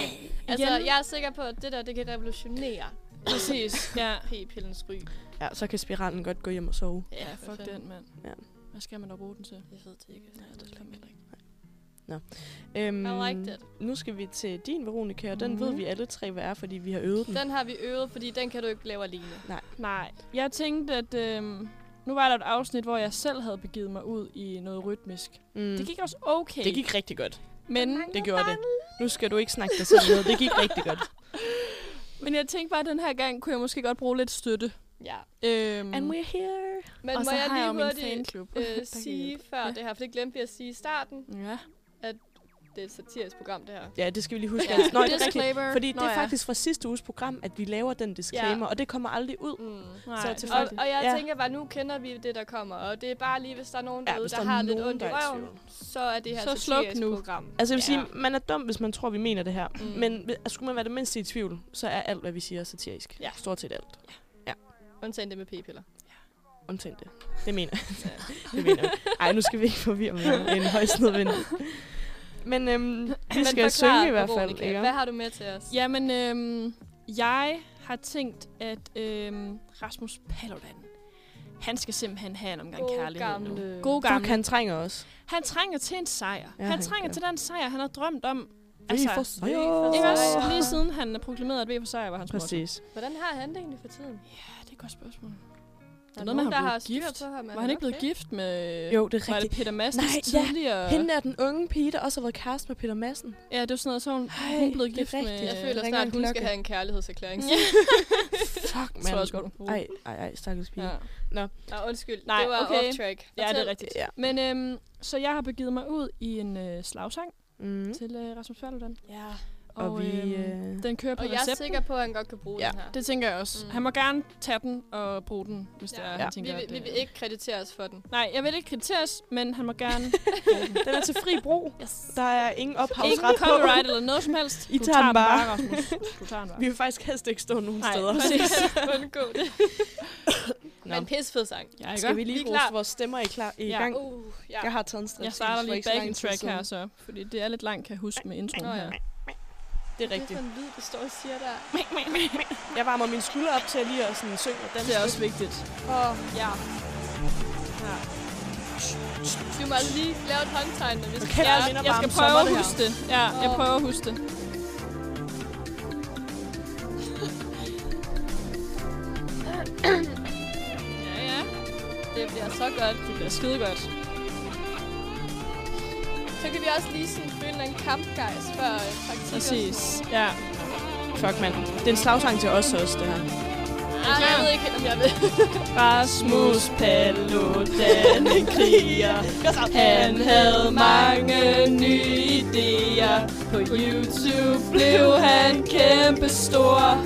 Altså,
Igen.
jeg er sikker på, at det der, det kan revolutionere
Præcis. Ja.
p-pillens ry.
Ja, så kan spiralen godt gå hjem og sove.
Ja,
for
fuck
fanden.
den, mand.
Ja.
Hvad skal man da bruge den til?
Jeg ved det ikke.
Nej, det kan man ikke.
Øhm,
I liked it.
Nu skal vi til din, Veronica, og den mm. ved
Mhm.
vi alle tre, hvad er, fordi vi har øvet den.
Den har vi øvet, fordi den kan du ikke lave alene.
Nej, jeg tænkte, at øhm, nu var der et afsnit, hvor jeg selv havde begivet mig ud i noget rytmisk. Mm.
Mm.
Det gik også okay,
det gik rigtig godt.
men,
Det gjorde det. Nu skal du ikke snakke dig selv ned. Det gik rigtig godt.
men jeg tænkte bare, at den her gang kunne jeg måske godt bruge lidt støtte.
Ja.
Øhm,
we're here.
Men
og
må
så
jeg
har
lige
jeg jo min
hurtigt
fanklub. der
øh,
kan
sige
hjælpe.
før
Ja.
det her, for det glemte jeg at sige i starten.
Ja.
Det er et satirisk program, det her.
Ja, det skal vi lige huske.
Ja.
Ja. Nå, det er rigtigt.
Disclaimer.
Fordi det
Nå
er
ja.
faktisk fra sidste uges program, at vi laver den disclaimer, ja. og det kommer aldrig ud.
Mm.
Nej,
så
det er
Og,
tilfældigt.
faktisk-
og jeg
Ja.
tænker bare, nu kender vi det, der kommer. Og det er bare lige, hvis der er nogen
Ja,
derude,
hvis
der,
der er
har lidt
nogen,
ondt i
der er i
røven, så er det her
Så
så
sluk
satirisk
nu.
program.
Altså, jeg vil
Ja.
sige, man er dum, hvis man tror, vi mener det her.
Mm.
Mm. Men vi- skulle man være det mindste i tvivl, så er alt, hvad vi siger, satirisk.
Ja.
Ja. Stort set alt.
Undtagen det med p-piller.
Undtagen det. Det mener jeg. det mener jeg. Ej, nu skal vi ikke forvirre med en højst nødvendigt. Men øhm, vi
Men
skal
forklar,
synge i hvert fald,
Veronica,
ikke?
Hvad har du med til os?
Jamen, øhm, jeg har tænkt, at øhm, Rasmus Paludan, han skal simpelthen have en omgang
God
kærlighed
gamle.
nu. God
Fuck,
gamle.
han trænger os.
Han trænger til en sejr.
Ja,
Ja, han
han
trænger
gør.
til den sejr, han har drømt om.
vi får sejr.
Ikke også
sejr.
Altså, lige siden han proklamerede, at V for sejr var hans motto?
Præcis.
Hvordan har han det egentlig for tiden?
Ja, det er et godt spørgsmål.
Der
noget med,
nogen,
at han
der
blev
har styr
gift.
På ham. Er
Var han ikke blevet
okay?
gift med...
Jo, det er
Var det
rigtigt.
Peter Madsens
Nej, ja.
tidligere...
Hende er den unge pige, der også har været kæreste med Peter Madsen.
Ja, det var sådan noget, så hun,
Ej,
hun blev
det er
gift med...
rigtigt.
Jeg
Øh,
føler
ringer
snart,
en
hun skal
klokke.
have en kærlighedserklæring.
Ja.
Fuck, mand.
tror jeg også godt, hun kunne bruge.
Ej, ej, ej, stakkels pige.
Ja.
Ja.
Nå, undskyld.
Nej,
det var
okay.
off track.
ja, det
Fortæl.
er rigtigt.
Ja.
Men øhm, så jeg har begivet mig ud i en øh, slagsang
Mm.
til øh, Rasmus Paludan.
Ja.
Og, og vi...
øhm,
Øh...
den kører på
Og jeg er
recepten.
sikker på, at han godt kan bruge
Ja.
den her.
Det tænker jeg også.
Mm.
Mm. Han må gerne tage den og bruge den, hvis ja. det
Ja.
er,
Ja.
han
Vi,
tænker.
vil-
at,
vi
øh,
vil ikke kreditere os for den.
Nej, jeg vil ikke kritiseres, men han må gerne...
Den er til fri brug.
yes.
Der er ingen
Ikke
ophavsret på.
copyright eller noget som helst.
I
du
tager den bare.
Rasmus. Du tager den bare.
Vi vil faktisk helst ikke stå nogen
Nej,
steder.
præcis.
Undgå det.
Nå.
Men pissefed sang.
Ja, ikke?
Skal
Vi
vi lige
er
rose
klar.
vores stemmer i, klar, i
Ja.
ja. gang?
Uh, ja.
Jeg har taget en strategi.
Jeg starter
for
lige
ikke så lang
backing
tid
track her
siden.
så, fordi det er lidt langt, kan jeg huske med introen
Nå, ja.
her.
Det er
Det er
rigtigt.
sådan en lyd, du står og siger der.
Jeg varmer min skulder op til at lige at sådan synge og danse.
Det er også vigtigt.
Åh, ja. Du må altså lige lave et håndtegn, når vi skal
kæft,
Ja,
det minder
jeg
bare
skal
om
prøve at
sommer, det her.
huske det. Ja, jeg
Åh.
prøver at huske det. Ja, ja.
Det bliver så godt.
Det bliver skide godt.
Så kan vi også lige sådan føle en kampgejst før øh, praktik.
Præcis. Ja. Fuck, mand. Det er en slagsang til os også, det her.
Ej, jeg ved ikke, helt, om jeg vil.
Rasmus Paludan kriger. Han havde mange nye idéer. På YouTube blev han kæmpestor.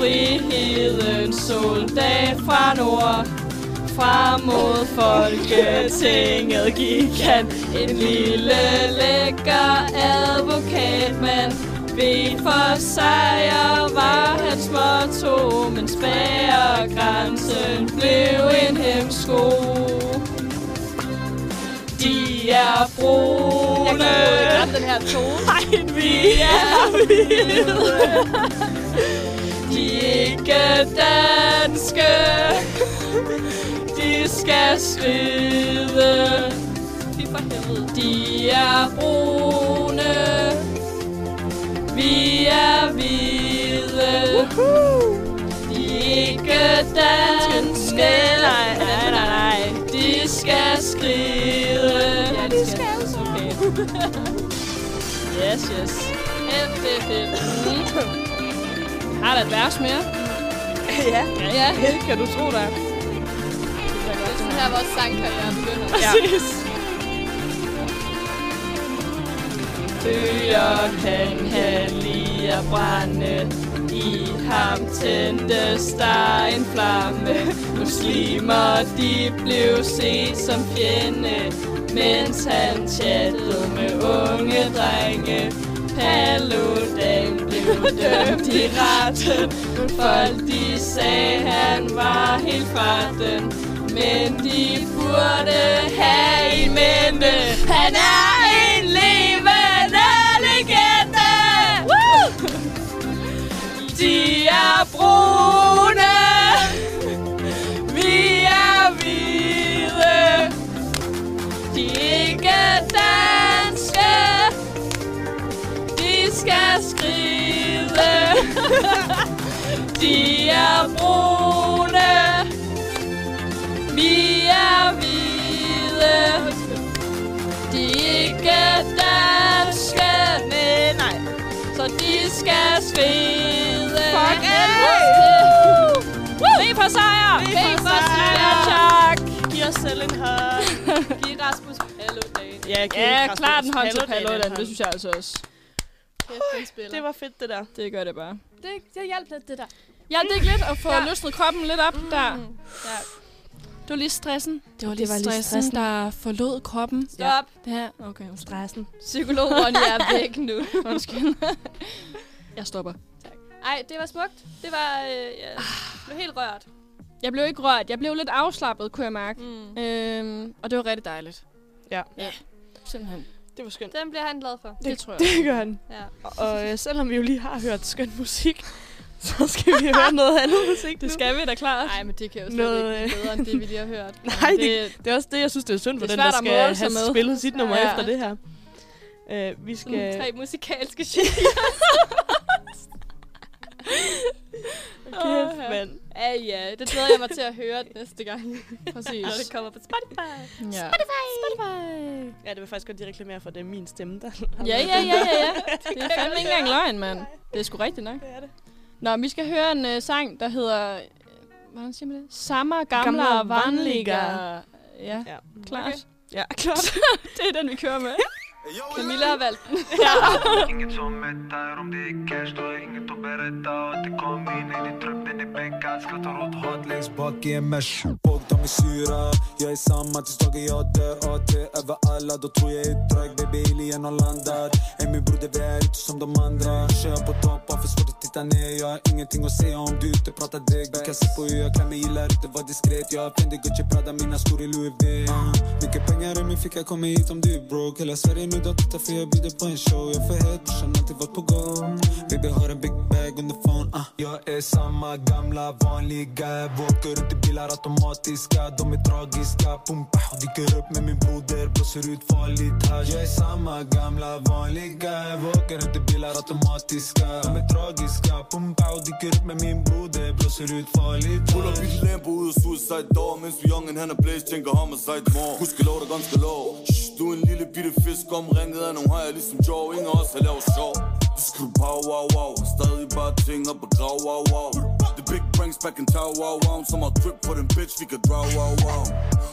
Frihedens soldat fra nord. Frem mod Folketinget gik han En lille lækker advokat Men ved for sejr var hans motto Men spærregrænsen blev en hemsko De er brune
den her tone.
Nej, vi er hvide De er ikke danske de skal svede. Vi for helvede. De er brune. Vi er hvide. De er ikke danske. Nej, nej, nej, nej. De skal skride. Ja, de skal. altså. Okay. Yes, yes. Alt det er fedt. Mm. Har der et vers mere? Ja. Ja, ja. Kan du tro dig?
Sådan her vores sangkarriere begynder.
Præcis. Bøgeren han kan lide at brænde I ham tændtes der en flamme Muslimer de blev set som fjende Mens han chattede med unge drenge Paludan blev dømt i retten Men folk de sagde han var helt farten men de burde have i mente Han er en levende legende Woo! De er brune Vi er hvide De er ikke danske De skal skride De er brune vi er hvide. De er ikke danske. Nej, nej. Så de skal svede. Fuck Vi er på sejr. Vi er på sejr. Tak. Giv os selv en hånd.
Giv Rasmus Paludan.
Ja, ja klar den hånd til Paludan. Det synes jeg altså også.
Kæft, den spiller.
var fedt, det der. Det gør det bare.
Det, det hjalp lidt, det der.
Jeg det ikke lidt at få
Ja.
ja. løsnet kroppen lidt op mm. der.
Ja.
Det var lige stressen. Det var
lige
stressen,
stressen.
der forlod kroppen.
Stop.
Det her. Okay, undskyld.
Dressen.
Psykolog Ronja er væk nu.
undskyld. jeg stopper.
Ej, det var smukt. Det var... Øh, jeg blev helt rørt.
Jeg blev ikke rørt. Jeg blev lidt afslappet, kunne jeg mærke.
Mm.
Øhm, og det var rigtig dejligt.
Ja.
ja. Simpelthen.
Det var skønt.
Den bliver han glad for.
Det, det tror jeg.
Det gør han.
Ja.
Og øh, selvom vi jo lige har hørt skøn musik, så skal vi høre noget andet musik
Det
nu.
skal vi da klart.
Nej, men det kan jo slet
Noget,
ikke blive bedre, end det vi lige har
øh,
hørt.
Nej, det,
Det,
Det er også det, jeg synes, det er synd for
Det er
den, der
svært at måle
skal
sig
have
med.
spillet sit nummer
Ja.
efter det her. Uh, vi
Sådan
skal...
tre musikalske shit.
Kæft, mand.
Ja, ja. Det glæder jeg mig til at høre næste gang,
præcis.
når det kommer på Spotify.
Ja.
Ja, det var faktisk godt, de reklamerer for, at det er min stemme, der
Ja, ja, ja, ja, ja. Det er fandme ikke engang løgn, mand. Det er sgu rigtigt nok.
Det er det.
Nå, vi skal høre en øh, sang, der hedder... øh, Hvordan siger man det? Samme
Gamle
gamle
Vanliga.
vanliga. Ja,
Ja,
klart. Okay.
ja klart.
Det er den, vi kører med.
Camilla har valgt den.
Ingen som mætter er om det ikke cash Du har inget at berette Og det kom ind i din drøm Den er bænkat Skal ta råd hårdt længst bak i en mesh Folk der med syre Jeg er sammen til dagen jeg dør Og det er hvad alle Der tror jeg er dræk Baby alien og lander Er min bror det vil jeg ikke som de andre Kör på topp Bara för svårt att titta ner Jag har ingenting att säga om du inte pratar deg Du kan se på hur jag klär mig Gillar inte var diskret Jag har Fendi, Gucci, Prada Mina skor i Louis V Ah, Mycket pengar i min ficka Kommer hit om du är broke Hela Sverige nu de tittar för jag bjuder på en show Jag är för het, brorsan alltid varit på gång Baby har en big bag under phone ah. Jag är samma gamla vanliga Jag Åker runt i bilar automatiska De är tragiska Pumpa och dyker upp med min broder Blåser ut farligt här Jag är samma gamla vanliga Jag Åker runt i bilar automatiska De är tragiska Pumpa och dyker upp med min broder Blåser ser ud for lidt
Puller bytte lampe ud og suicide door Mens vi youngen han er blæst, tænker homicide mor Husk lov, der ganske lov Shh, du er en lille bitte fisk omringet af nogle hajer ligesom Joe Ingen af os har lavet sjov Du skal du pow wow wow Stadig bare ting op og grav wow wow The big brings back in town wow wow Som har drip på den bitch, vi kan draw wow wow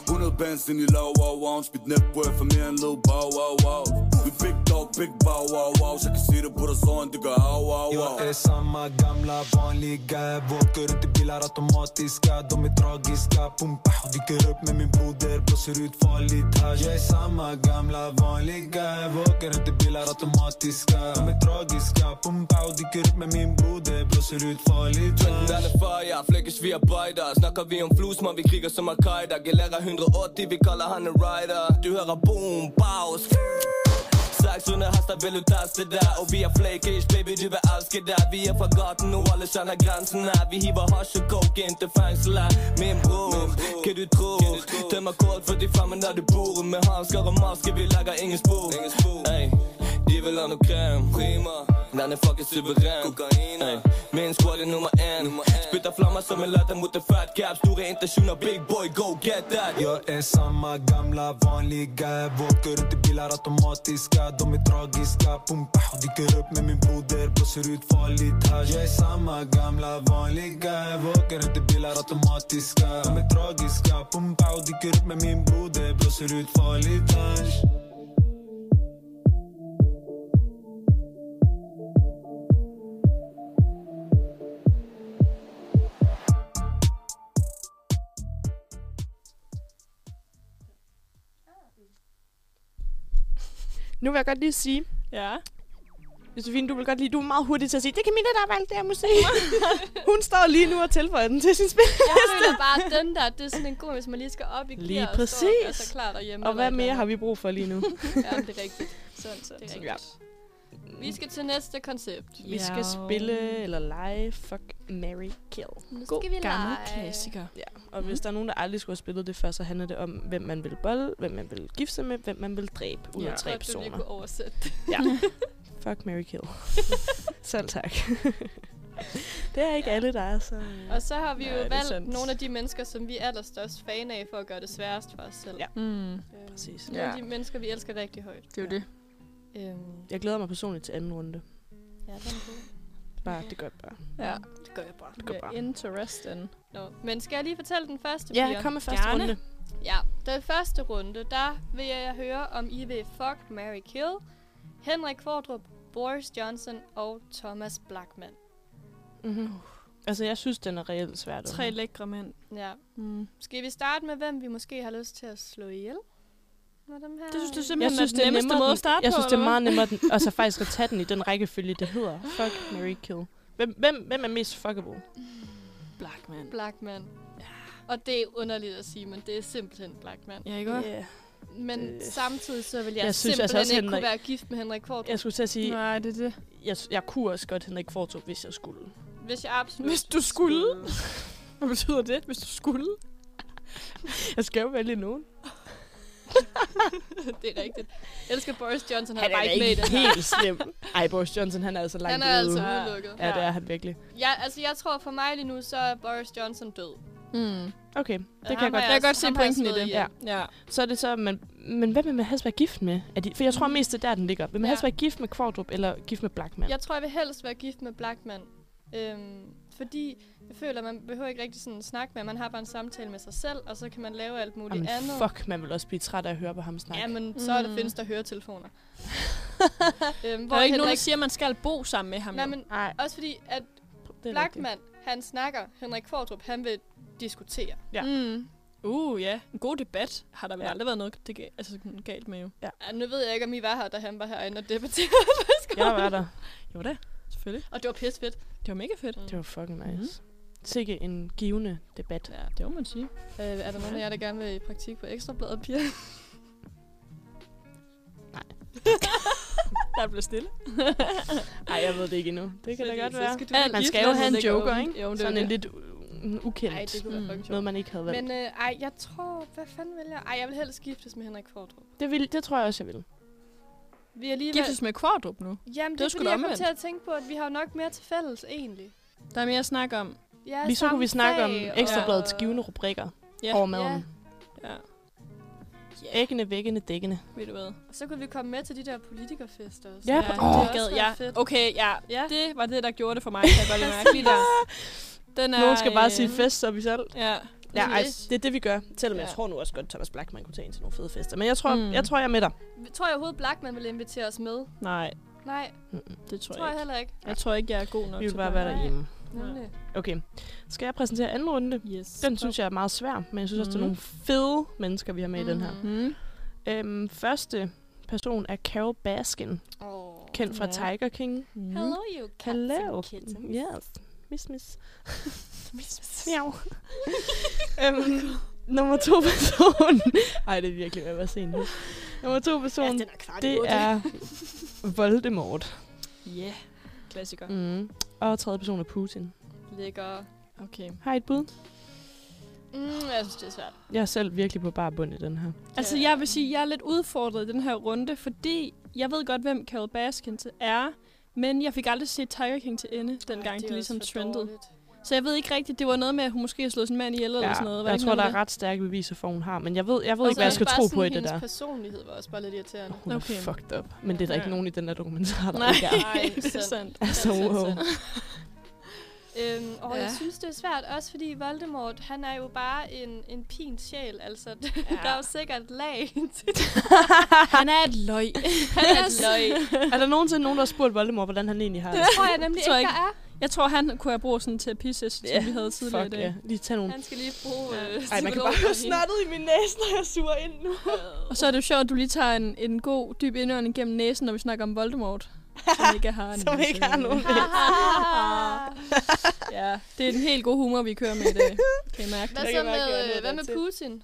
100 bands ind i lav wow wow Mit network for mere end low bow wow wow Vi big dog, big bow wow wow Så jeg kan se det på dig så han, det gør au wow wow
Jag är samma gamla vanliga Våker runt i bilar automatiska De är tragiska, pumpa Dyker upp med min broder, blåser ut farligt här Jag är samma gamla vanliga Våker runt i bilar automatiska De är tragiska, pumpa Dyker upp med min broder, blåser ut farligt
Trenden
här
alle fejrer, flækkes vi arbejder Snakker vi om flus, man vi kriger som Al-Qaida Galera 180, vi kalder han en rider Du hører boom, baus Saxerne har stabilu taste der Og vi er flækish, baby du vil elske der Vi er fra gaten nu, alle kender grænsen her Vi hiver hash og coke ind til fængsler Min bror, kan du tro Den er kold for de fremme når du bor Med handsker og maske, vi lægger ingen spor Ey, de vil have noget creme Prima Den er fucking suveræn Kokaina Min squad er nummer en Spytter flammer som en latter mod det fat cap Store intentioner, big boy, go get that
Jag är samma gamla vanliga Våker runt i bilar automatiska De är tragiska, pumpa Dyker upp med min broder, blåser ut farligt här Jag är samma gamla vanliga Våker runt i bilar automatiska De är tragiska, pumpa Dyker upp med min broder, blåser ut farligt här
Nu vil jeg godt lige sige,
Ja.
Josefine, du vil godt lide, du er meget hurtig til at sige, det er Camilla, der har valgt det her musik. Hun står lige nu og tilføjer den til sin spil.
Jeg føler bare, at den der, det er sådan en god, hvis man lige skal op i gear
Lige
og stå og gøre
præcis.
sig klar derhjemme.
Og
eller
hvad
et
mere
eller
har vi brug for lige nu?
andet. Ja, det er rigtigt. Sådan, sådan. Det er rigtigt.
Ja.
Vi skal til næste koncept.
Vi skal spille eller lege Fuck, Mary Kill.
Nu
God
skal vi
Gammel
lege.
klassiker.
Og hvis der er nogen, der aldrig skulle have spillet det før, så handler det om, hvem man vil bolle, hvem man vil gifte sig med, hvem man vil dræbe ud
Ja.
af
Jeg
tre
tror, du lige
personer.
kunne oversætte det.
Fuck, Mary Kill. Selv tak. det er ikke ja. alle, der er så...
Og så har vi
Nej,
jo
Mm. det er
valgt
sandt.
nogle af de mennesker, som vi er allerstørst fan af, for at gøre det sværest for os selv.
Ja.
Mm,
Øhm,
Præcis.
Nogle af de mennesker, vi elsker rigtig højt.
det er jo det.
Øhm,
Jeg glæder mig personligt til anden runde.
ja, den er god.
Bare, det gør jeg bare.
Ja.
Det gør jeg bare.
Det gør jeg bare.
Interesting.
Nå. Men skal jeg lige fortælle den første,
Ja,
piger?
kom med første
Gerne.
runde.
Ja, den første runde, der vil jeg høre, om I vil fuck, Mary kill, Henrik Kvartrup, Boris Johnson og Thomas Blackman.
Mm-hmm. Altså, jeg synes, den er reelt svært.
Tre lækre mænd.
Ja.
Mm.
Skal vi starte med, hvem vi måske har lyst til at slå ihjel? Med dem her?
Det synes du
jeg
simpelthen
synes,
er den nemmeste
nemmere
måde
den-
at starte
Jeg
på,
synes, det er
eller
meget nemmere, den, altså faktisk at tage den i den rækkefølge, det hedder. Fuck, Mary Kill. Hvem, hvem, hvem er mest fuckable?
hvad? Black man.
Blackman. Og det er underligt at sige, men det er simpelthen Blackman.
Ja, ikke også?
Yeah.
Men
Øh.
samtidig så vil jeg,
Jeg synes altså
simpelthen
også,
ikke kunne
Henrik-
være gift med Henrik Kvartrup,
Jeg skulle til at sige,
Nej, det er det.
jeg, jeg kunne også godt Henrik Fortrup, hvis jeg skulle.
hvis jeg absolut
Hvis du skulle. Hvad betyder det, hvis du skulle?
Jeg skal jo vælge nogen.
det er rigtigt. Jeg elsker Boris Johnson, han, han er bare ikke med i den her.
helt slem. Ej, Boris Johnson, han er altså langt
Han er altså
ude.
udelukket.
Ja, det er han virkelig.
Ja, altså jeg tror for mig lige nu, så er Boris Johnson død.
Mm.
Okay, det kan
Øh, ham
jeg godt.
er altså-
Jeg kan godt se
ham har jeg
pointen i
slået
det.
ihjel.
Ja. ja.
Så er det så, men, men hvem vil man helst være gift med? Er de, for jeg tror mest, det er der, den ligger. Vil man
Mm. Ja.
helst være gift med Kvartrup eller gift med Blackman?
Jeg tror, jeg vil helst være gift med Blackman. Øhm, fordi jeg føler, at man behøver ikke rigtig sådan at snakke med. Man har bare en samtale med sig selv, og så kan man lave alt muligt
Jamen,
andet.
fuck, man vil også blive træt af at høre på ham snakke.
Ja, men så er det
Mm.
findes der høretelefoner. øhm,
Der er jo ikke nogen, der
Henrik-
siger, at man skal bo sammen med ham.
Nej,
jo.
men
Nej,
også fordi, at
det er rigtigt.
Blackman, han snakker, Henrik Kvartrup, han vil diskutere.
Ja.
Mm. Uh, ja. En god debat har der vel
Ja.
ja. aldrig været noget det ga- altså, sådan galt med jo.
Ja, nu ved jeg ikke, om I var her, da han var herinde og debatterede på skolen.
Jeg var der.
Jo da, selvfølgelig.
Og det var pisse fedt.
Det var mega fedt.
Det var fucking nice.
Mhm.
Sikke en givende debat.
Ja, det må man sige.
Øh, er der nogen af jer, der gerne vil i praktik på Ekstrabladet, piger?
Der blev stille.
Nej, jeg ved det ikke endnu. Det kan da godt være.
Skal du
Alt-
Man
gift,
skal jo
når
have
man
en
ligger
joker,
åben.
ikke?
Jo, det er
Sådan en
det.
lidt uh, ukendt.
Ej, det kunne være
Mm.
fucking
Noget,
sjovt.
man ikke havde valgt.
Men øh, ej, jeg tror, hvad fanden vil jeg? Ej, jeg vil helst giftes med Henrik Kvartrup.
det, vil, det tror jeg også, jeg vil.
Vi er alligevel...
Giftes med Kvardrup nu.
Jamen, det,
Det er
er
sgu
fordi,
da
jeg kom
omvendt.
til at tænke på, at vi har jo nok mere til fælles, egentlig.
Der er mere snak om,
Ja,
Vi så kunne vi snakke om ekstrabladets givende rubrikker
Ja.
ja. over
Ja,
maden.
Ja.
Ja. Æggene, væggene, dækkene.
Ved du hvad?
og så kunne vi komme med til de der politikerfester også.
Ja,
ja,
åh.
det gad jeg.
fedt.
Okay, ja.
Ja.
ja. Det var det, der gjorde det for mig, kan jeg godt lige mærke. Lige der. Den er,
Nogen skal bare
øh,
sige fest, så er vi selv.
Ja.
Ja,
Sådan
ej,
lidt.
det er det, vi gør. Selvom ja.
Ja.
jeg tror nu også godt, Thomas Blackman kunne tage ind til nogle fede fester. Men jeg tror,
Mm.
mm. jeg, tror jeg er med dig.
Tror jeg overhovedet Blackman vil invitere os med?
Nej,
Nej,
det tror,
tror jeg
jeg ikke.
heller ikke.
Jeg tror ikke, jeg er god nok
Vi vil
til
bare
det.
være derhjemme.
Nemlig.
Okay, skal jeg præsentere anden runde?
Yes.
Den synes jeg er meget svær, men jeg synes også, det
Mhm.
er nogle fede mennesker, vi har med i den her.
Mhm.
Mm.
Øhm, første person er Carol Baskin,
Oh.
kendt fra
Ja.
Tiger King.
Mm.
Hello you cats
Hello.
and kittens.
Yes. Miss, miss. Miau. øhm, nummer to person. Ej, det er virkelig ved at være sent nu. Nummer to person,
er kvart
det er Voldemort.
Yeah. Klassiker. Mm.
Mm. Og tredje person er Putin.
Lækker.
Okay.
Har I et bud?
Mm, jeg synes, det er svært.
Jeg er selv virkelig på bare bund i den her.
Øh.
Altså, jeg vil sige, at jeg er lidt udfordret i den her runde, fordi jeg ved godt, hvem Carol Baskin til- er, men jeg fik aldrig set Tiger King til ende, dengang det, det ligesom trendede. Så jeg ved ikke rigtigt, det var noget med, at hun måske har slået sin mand ihjel eller sådan noget. Var
jeg
ikke
tror, der
noget
er
med
ret stærke beviser for, hun har, men jeg ved, jeg ved ikke, hvad jeg skal tro på i det der.
Altså, Hendes personlighed var også bare lidt irriterende.
Hun okay.
Okay.
er fucked up. Men det er der ikke
Ja.
nogen i den der dokumentar, der
Nej.
ikke er.
Ej,
det? det er sandt.
Altså, wow.
Øhm, og ja.
Ja.
jeg synes, det er svært, også fordi Voldemort, han er jo bare en, en pin sjæl, altså. Ja. der er jo sikkert lag til
Han er et løg.
han er løg.
er der nogensinde nogen, der har spurgt Voldemort, hvordan han egentlig har det?
Det tror jeg nemlig
Det tror
ikke,
jeg
der er.
Jeg tror, han kunne have brugt sådan en terapisession, som vi havde tidligere
Fuck
i dag.
ja. Lige tage nogle...
Han skal lige bruge øh,
Ej, man kan
psykologen
bare høre
og
snattet i min næse, når jeg suger ind nu.
Og så er det jo sjovt, at du lige tager en, en god, dyb indånding gennem næsen, når vi snakker om Voldemort. Som ikke har en
Som ikke har nogen
hende.
Ja, det er en helt god humor, vi kører med i dag. Kan I mærke det?
Hvad
Jeg
så
kan mærke,
med,
jeg er
øh,
nødt
hvad
til
med
at-
Putin?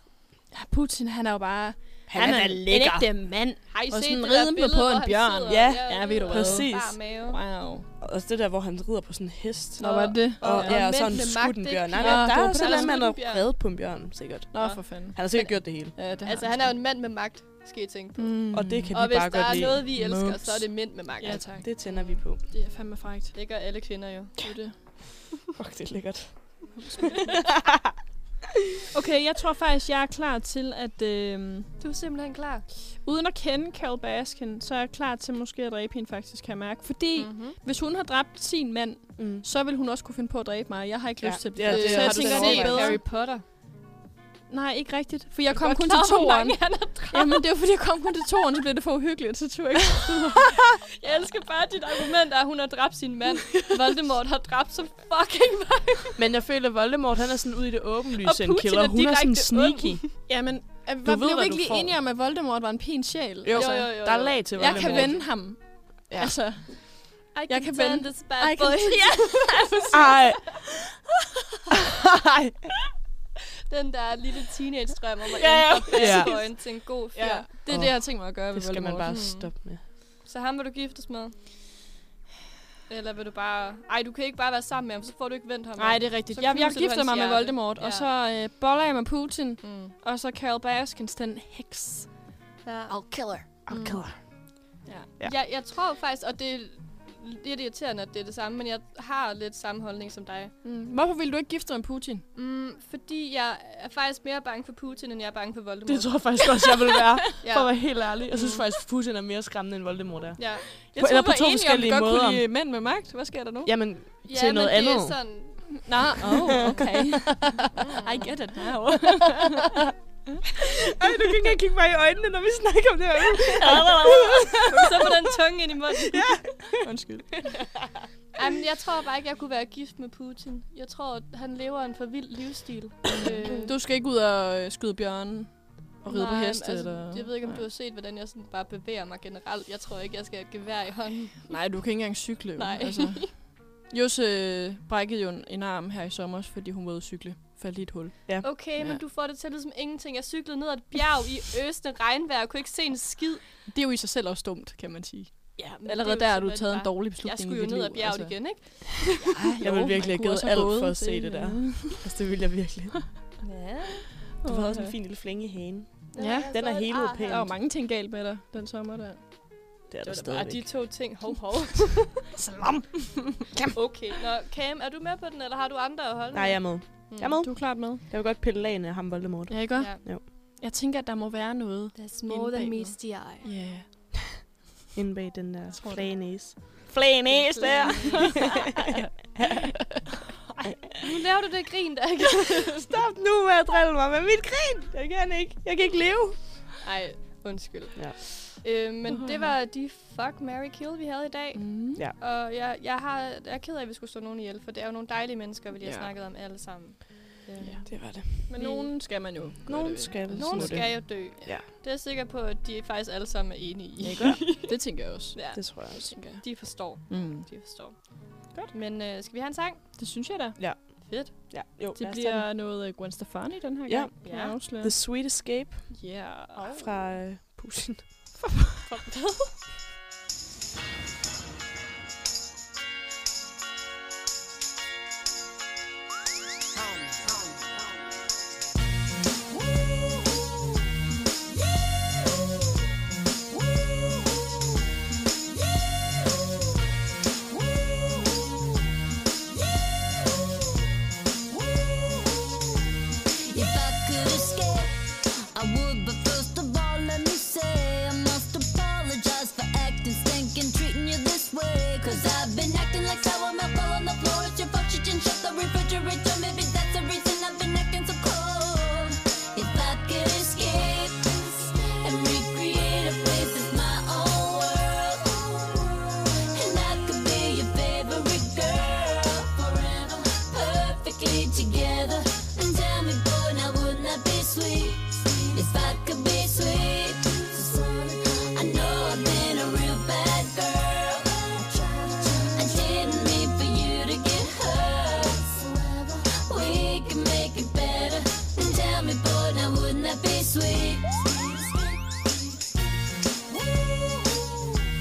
Ja, Putin, han er jo bare...
Han er da
en-
lækker.
En ægte mand.
Har I
Og
set
sådan
det der
riden på
billede,
på
hvor
en
han
bjørn?
sidder
Ja,
derude
ja, ved du
og
hvad.
har
Præcis.
bar mave?
Wow.
Og det der, hvor han rider på sådan en hest.
Nå, var det det?
Og,
og-
og, ja,
og
og
mænd
sådan
med
skudt en
magt,
bjørn.
ikke?
Nej,
Ja,
ja, der
det var
er
på
sådan
den
en mand,
måde.
der
Skudt en bjørn.
reddet på en bjørn, sikkert.
Nå, for fanden.
Han har sikkert gjort det hele.
Ja, det har
Altså, han er jo en mand med magt, skal I tænke på.
Mm.
Og det kan
Og
vi
hvis
bare
der
godt
er
lide.
noget, vi elsker,
Mums.
så er det mænd med magt.
Ja, tak.
Det tænder vi på.
Det er fandme frægt.
Det gør alle kvinder jo.
Det er det.
Fuck, det er lækkert.
Okay, jeg tror faktisk, jeg er klar til at... Øh,
Du er simpelthen klar.
uden at kende Carol Baskin, så er jeg klar til måske at dræbe hende, faktisk, kan jeg mærke. Fordi mm.
Mm-hmm.
hvis hun har dræbt sin mand,
Mm.
så vil hun også kunne finde på at dræbe mig. Jeg har ikke
Ja,
ja. lyst til det.
Øh,
ja, det
så
har
jeg
du
tænker,
selv
det er
overvejet.
bedre.
Harry Potter.
Nej, ikke rigtigt. For jeg kom kun til toeren. Jamen, det var fordi, jeg kom kun til toeren, så blev det for uhyggeligt. Så tog jeg ikke.
Jeg elsker bare dit argument, at hun har dræbt sin mand. Voldemort har dræbt så fucking meget.
Men jeg føler, at Voldemort han er sådan ude i det
Og
åbenlyse en
Putin
killer.
er
Hun er sådan
direkte
sneaky.
Jamen, øh, hvad,
ved,
blev
hvad
vi ikke
du
lige
får.
enige om, at Voldemort var en pæn sjæl?
Jo,
Jo, jo, jo,
der er
jo.
lag til
Jeg
Voldemort.
kan vende ham.
Ja.
Altså,
I
Jeg kan vende.
this bad
I can-
Ja.
Ej. Ej.
Den der lille teenage-drøm om at
Ja, ja.
ændre
Ja.
bad boyen til en god
ja.
fyr.
det er
Åh,
det, jeg har tænkt mig at gøre ved
Det skal man
Voldemort.
bare
Mm.
stoppe med.
Så ham vil du giftes med? Eller vil du bare... Ej, du kan ikke bare være sammen med ham, så får du ikke vendt ham.
Nej, det er rigtigt.
Så
Jeg, jeg
knuser du
gifter
hans
mig med
hjerte.
Voldemort, ja.
Ja.
og så øh, boller jeg med Putin,
Mm.
og så Carol Baskins, den heks.
Ja.
Mm.
Okay.
Ja. Jeg, jeg tror faktisk, og det er lidt irriterende, at det er det samme, men jeg har lidt samme holdning som dig.
Mm. Hvorfor ville du ikke gifte dig med Putin?
Mm, fordi jeg er faktisk mere bange for Putin, end jeg er bange for Voldemort.
Det tror jeg faktisk også, jeg vil være.
ja.
For at være helt ærlig. Jeg synes faktisk, at Putin er mere skræmmende, end Voldemort er.
Ja.
Jeg
På-
troede,
eller
vi
på
var
to
enige om, vi
forskellige
godt kunne
måder.
lide mænd med magt. Hvad sker der nu?
Jamen,
ja,
til
men
noget
det
andet.
er sådan...
Nå, oh, okay. I get it now.
Ej, du kan ikke engang kigge mig i øjnene, når vi snakker om det her.
Så får den tunge ind i munden. Ja.
Undskyld.
Jamen, jeg tror bare ikke, jeg kunne være gift med Putin. Jeg tror, at han lever en for vild livsstil. øh,
Du skal ikke ud og øh, skyde bjørnen og ride på
nej,
heste?
altså,
eller?
Jeg ved ikke, om du har set, hvordan jeg sådan bare bevæger mig generelt. Jeg tror ikke, jeg skal have et gevær i hånden.
Nej, du kan ikke engang cykle. jo.
Nej.
Altså. Jose øh, brækkede jo en- en arm her i sommer, fordi hun var ude at cykle. Faldt i et hul.
Okay, ja.
Ja.
men du får det til at lyde som ingenting. Jeg cyklede ned ad et bjerg i øsende regnvejr og kunne ikke se en skid.
Det er jo i sig selv også dumt, kan man sige.
Ja,
Allerede der har du taget en dårlig beslutning
Jeg skulle jo
i dit
ned
liv, altså. Ah,
ad bjerget igen, ikke?
Ej,
Jeg
jo,
ville virkelig
man
have
kunne
givet
også have
alt
gået.
for at se det der. Altså, det ville jeg virkelig.
Ja.
Du havde også en fin lille flænge i hagen.
Ja,
Ah,
Den er helt pæn.
der var mange ting galt med dig den sommer der.
Det er der
Det var da bare de
stadigvæk.
to ting. Hov, hov.
Slam.
Okay. Nå, Cam, er du med på den, eller har du andre at holde
Nej, jeg er med. Jeg er med.
Mm. Du er klart med.
Jeg vil godt pille lagen af ham Voldemort.
Ja, ikke også?
Ja.
Jo.
Jeg tænker, at der må være noget.
There's
more than meets
the eye.
Ja. Yeah.
Inde bag den der
tror det.
flagenæs. Flagenæs der!
Nu laver du det grin, der ikke...
Stop nu med at drille mig med mit grin! Jeg kan ikke. Jeg kan ikke leve.
Ej, undskyld.
Ja.
Øh, men det var de fuck, Mary kill, vi havde i dag.
Uhuh. Mm.
Ja.
Og jeg, jeg, har, jeg er ked af, at vi skulle slå nogen ihjel, for det er jo nogle dejlige mennesker, vi lige har
Ja.
snakket om alle sammen. Øhm,
Ja.
Det var det.
Men
Vi-
nogen skal man jo. gøre
Nogen
det ved.
skal.
Altså,
Nogen
Smutte.
skal jo dø.
Ja.
Det er jeg sikker på, at de faktisk alle sammen er enige i.
Ikke også? Det tænker jeg også.
Ja,
Det tror jeg
Det
også.
tænker jeg.
de forstår.
Mm.
De forstår.
Godt.
Men øh, skal vi have en sang?
Det synes jeg da.
Fedt.
Ja, jo.
Det
lad os tage
bliver noget øh, Gwen Stefani den her
Ja.
gang. kan jeg
Ja.
den.
afsløre.
The Sweet Escape
Yeah.
fra øh, Putin.
If I could escape, I would. But first of all, let me say I must apologize for acting, stinking, treating you this way. Cause I've been acting like sour milk all on the floor. It's your fault you didn't shut the refrigerator. Maybe that's the reason I've been acting so cold. If I could escape and recreate a place that's my own world, and I could be your favorite girl forever, perfectly together. And tell me, boy, now wouldn't that be sweet? If I could be sweet, I know I've been a real bad girl. I didn't mean for you to get hurt. We can make it better. And tell me, boy, now wouldn't that be sweet?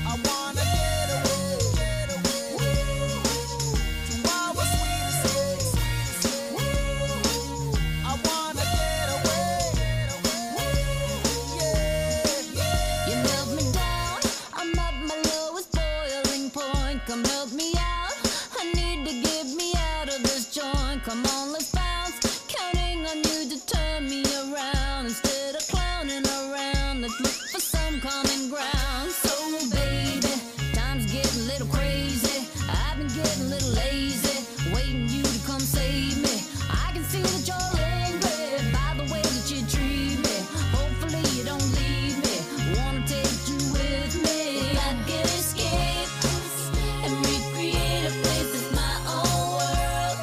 I wanna get away. Get away. Tomorrow was sweet as sex. I wanna get away. Yeah,
You melt me down. I'm at my lowest boiling point. Come help me out. I need to get me out of this joint. Come on, let's bounce. Counting on you to turn me around. Instead of clowning around, let's look for some common ground. So, baby, times get a little crazy. I've been getting a little lazy. Waiting you to come save me. I can see that you're angry by the way that you treat me. Hopefully, you don't leave me. Wanna take you with me. If I could escape and recreate a place that's my own world.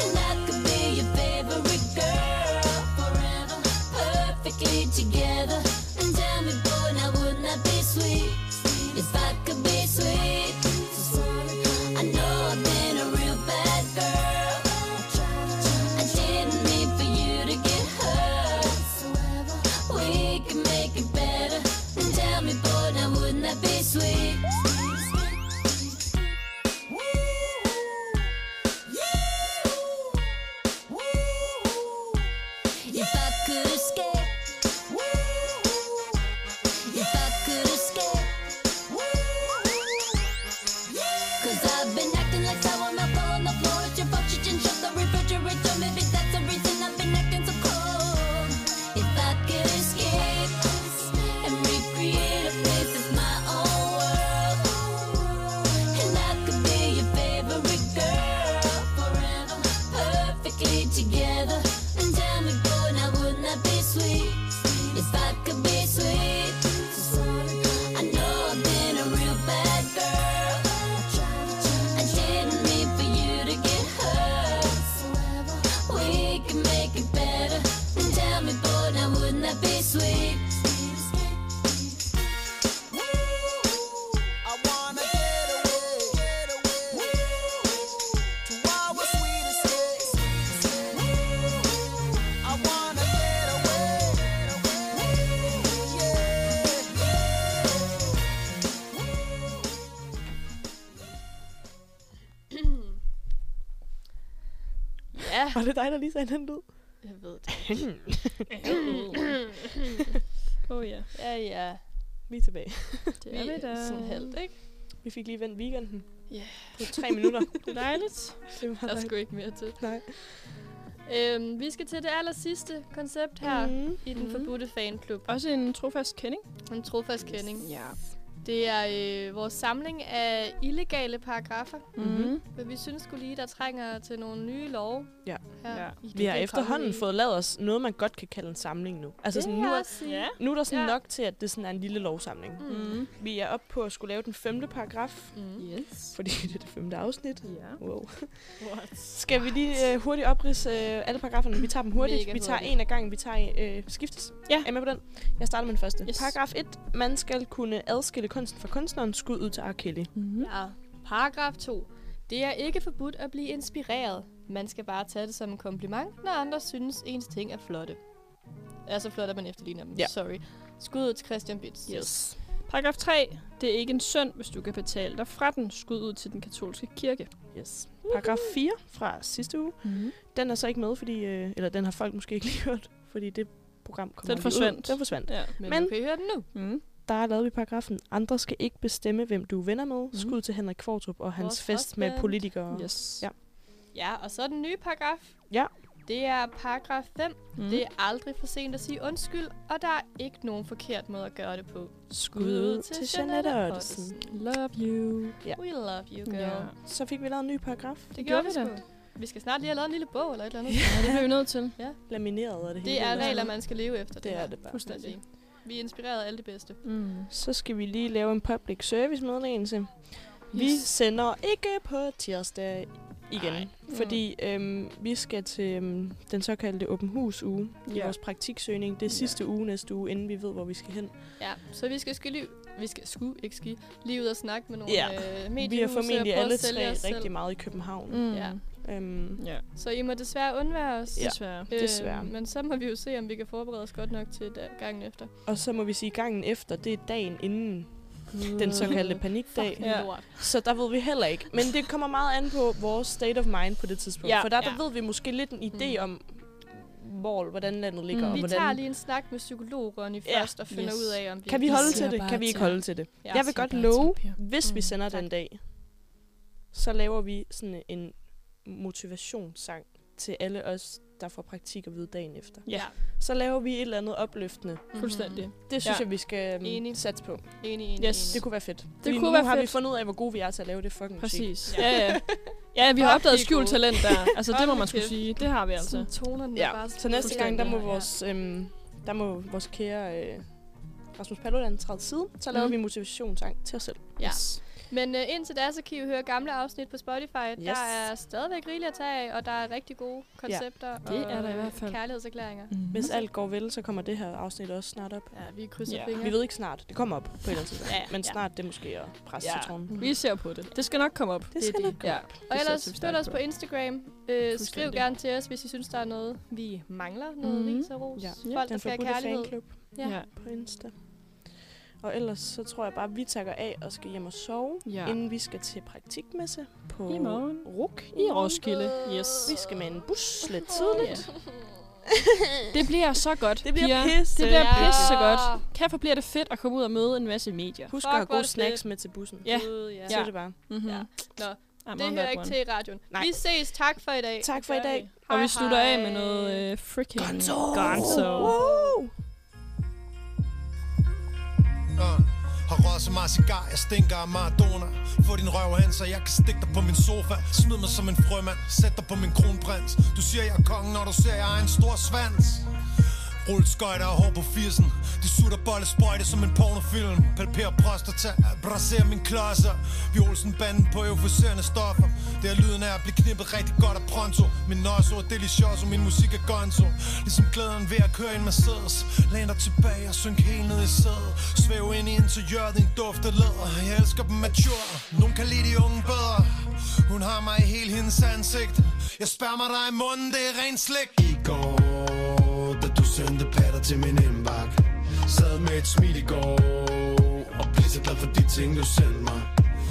And I could be your favorite girl forever, perfectly together. And tell me, boy, now wouldn't that be sweet? If I could be sweet. I know I've been a real bad girl. I didn't mean for you to get hurt. We can make it better. And tell me, boy, now wouldn't that be sweet? If I could escape, if I could escape. Cause I've been acting like sour milk all on the floor. It's your fault you didn't shut the refrigerator. Maybe that's the reason I've been acting so cold. If I could escape and recreate a place that's my own world, and I could be your favorite girl forever, perfectly together. And tell me, boy, now wouldn't that be sweet? If I could be sweet, I know I've been a real bad girl. I didn't mean for you to get hurt. We can make it better. And tell me, boy, now wouldn't that be sweet?
I wanna get away. Get away. Tomorrow was sweet as sex. I wanna get away. Yeah, yeah.
Ja.
Var det dig, der lige sagde den lyd?
Jeg ved det. Åh oh, ja. Ja, ja.
Vi er tilbage.
Det er vi, da. Sådan halvt, ikke?
Vi fik lige vendt weekenden.
Ja.
På tre minutter.
Det er dejligt.
Det var
Der er
dejligt.
sgu ikke mere til.
Nej.
Øhm, vi skal til det aller sidste koncept her mm.
Mm.
i den
Mhm.
forbudte fanklub.
Også en trofast kending.
En trofast kending.
Ja.
Det er øh, vores samling af illegale paragrafer,
Mm-hmm.
hvad vi synes skulle lige, der trænger til nogle nye love.
Ja.
Ja.
Vi har efterhånden fået lavet os noget, man godt kan kalde en samling nu. Altså sådan, nu, er,
Ja.
Ja.
nu er der sådan
Ja.
nok til, at det sådan er en lille lovsamling.
Mm.
Vi er oppe på at skulle lave den femte paragraf,
Mm.
Yes.
fordi det er det femte afsnit.
Ja.
Wow.
What?
Skal vi lige øh, hurtigt oprise øh, alle paragraferne? Vi tager dem hurtigt.
Mega
vi tager
hurtigt.
en af gangen. Vi tager øh, skiftes.
Ja.
Er I med på den? Jeg starter med den første.
Yes.
Paragraf 1. Man skal kunne adskille kunsten fra kunstneren. Skud ud til R. Kelly.
Mm-hmm.
Mm. ja. Paragraf 2. Det er ikke forbudt at blive inspireret. Man skal bare tage det som en kompliment, når andre synes, ens ting er flotte. Altså flot, at man efterligner dem.
Ja.
Sorry. Skud ud til Christian Bitz.
Yes.
Paragraf 3. Det er ikke en synd, hvis du kan betale dig fra den skud ud til den katolske kirke.
yes. Paragraf 4 fra sidste uge.
Mm-hmm.
Den er så ikke med, fordi... Øh, eller den har folk måske ikke lige hørt, fordi det program kommer
Den
aldrig ud.
forsvandt.
Den forsvandt.
Ja.
Men,
Men-
Men, nu kan I høre den nu.
Mm.
Der lavede vi paragrafen. Andre skal ikke bestemme, hvem du er venner med. Skud til Henrik Kvartrup og hans
Vores
fest med
husband.
politikere.
Yes.
Ja.
Ja, og så den nye paragraf.
Ja.
Det er paragraf 5.
Mm.
Mm. Det er aldrig for sent at sige undskyld, og der er ikke nogen forkert måde at gøre det på.
Skud ud til Jeanette Ottesen.
Love you.
Ja.
We love you, girl.
Ja.
Ja.
Så fik vi lavet en ny paragraf.
Det gjorde vi da. Vi skal snart lige have lavet en lille bog eller et eller andet.
Ja, det bliver vi nødt til.
Lamineret og det hele.
Det er regler, man skal leve efter.
Det
her.
er det bare.
Fuldstændig. Vi er inspireret af alt det bedste.
Mm.
Så skal vi lige lave en public service meddelelse. Yes. Vi sender ikke på tirsdag igen,
Nej.
Nej. fordi øhm, vi skal til øhm, den såkaldte åben hus uge i
Ja.
vores praktiksøgning. Det er
Ja.
sidste uge næste uge, inden vi ved, hvor vi skal hen.
Ja, så vi skal ske lige, vi skal sku, ikke ski, lige ud og snakke med nogle
Ja.
øh,
Vi
mediehuse
er formentlig
og prøve
alle
at sælge
tre
os selv.
rigtig meget i København.
Mm.
Ja.
Øhm,
ja.
Så I må desværre undvære os.
Ja.
Desværre.
Øh,
desværre.
men så må vi jo se, om vi kan forberede os godt nok til da- gangen efter.
og så må vi sige, gangen efter, det er dagen inden den såkaldte panikdag.
Fucking
Ja.
lort.
Så der ved vi heller ikke. Men det kommer meget an på vores state of mind på det tidspunkt.
Ja.
Ja. For der, der
Ja.
ved vi måske lidt en idé
Mm.
mm. om, hvor, hvordan landet ligger.
Mm.
Mm. Og
Vi
hvordan...
tager lige en snak med psykolog Ronny
Ja.
først og finder
Yes.
ud af, om vi
Kan vi holde
siger
til det?
bare
Kan vi ikke
til.
holde til det?
Ja.
Jeg vil
siger
godt
bare
love,
til, Pia.
hvis vi
Mm,
sender den dag, så laver vi sådan en motivationssang til alle os, der får praktik og vide dagen efter.
Ja.
Så laver vi et eller andet opløftende.
Fuldstændig.
Det synes
Ja.
ja. jeg, vi skal um,
Mhm. Enig.
satse på.
Enig, enig,
Yes,
enig.
Det kunne være fedt. Det
kunne være
nu har vi
fedt.
fundet ud af, hvor gode vi er til at lave det fucking musik.
Præcis. Ja, ja. Ja, vi har
Fuck,
opdaget
vi er
skjult
gode.
talent der. Altså, det må man
Hold da
skulle
kæft.
sige. Det har vi altså.
Sådan tonerne er
Ja,
bare
så næste gang, der må
Ja.
vores, øhm, der må vores kære øh, Rasmus Paludan træde til side, så laver
Mm.
mm. vi en motivationssang til os selv.
Ja. Men uh, indtil da, så kan I jo høre gamle afsnit på Spotify. Yes. Der er stadigvæk rigeligt at tage af, og der er rigtig gode koncepter
Det
og
er der i hvert fald.
kærlighedserklæringer.
Hvis alt går vel, så kommer det her afsnit også snart op.
Ja, vi krydser
Ja.
ja.
Vi
fingre.
ved ikke snart. Det kommer op på et eller andet tidspunkt.
Ja,
Men
ja.
snart det er måske at presse
Ja.
ja. citronen.
Vi ser på det. Det skal nok komme op.
Det skal nok
Ja.
Og
det
ellers
satser vi
følg
stærkt
os
på.
på Instagram. Øh, skriv
Fuldstændig.
gerne til os, hvis I synes, der er noget, vi mangler. Noget
Mhm.
mm. ris og ros.
Ja.
Ja.
Ja,
Folk, der
Den
skal have
forbudte
kærlighed.
fanklub
Ja.
Ja.
på Insta. Og ellers så tror jeg bare, at vi takker af og skal hjem og sove,
ja.
ja. inden vi skal til praktikmesse på
I morgen.
RUK
I Roskilde. Yes.
Vi skal med en bus lidt tidligt.
Det bliver så godt,
Det bliver
piger.
pisse.
Det bliver
Ja.
pisse så godt. Kæft, hvor bliver det fedt at komme ud og møde en masse medier.
Husk
Fuck,
at have
hvor er
gode
det
snacks med til bussen.
Ja.
Gud, ja.
Så er det bare.
Mm-hmm.
Ja. Mhm. Nå,
I'm
Det
on
hører
that
ikke
one.
til i radioen.
Nej.
Vi ses. Tak for i dag.
Tak for i dag.
Og vi
Hej,
slutter af
hej.
med noget øh, freaking
Gonzo!
Gonzo.
Woo!
Uh, har røget så meget cigar, jeg stinker af Maradona Få din røv hen, så jeg kan stikke dig på min sofa Smid mig som en frømand, sæt dig på min kronprins Du siger, jeg er kongen, når du ser, jeg har en stor svans Rullet skøjter og hår på firsen De sutter bolle sprøjte som en pornofilm Palperer prostata, braserer min klodser Vi olsen banden på euforiserende stoffer Det er lyden af at blive knippet rigtig godt af pronto Min nosso er delicioso, min musik er gonzo Ligesom glæden ved at køre i en Mercedes Læn dig tilbage og synk helt ned i sædet Svæv ind i interiøret, din duft af læder Jeg elsker dem mature, nogen kan lide de unge bedre Hun har mig i hele hendes ansigt Jeg spærmer dig i munden, det er ren slik I går, da du sendte patter til min indbakke Sad med et smil i går Og blev så glad for de ting, du sendte mig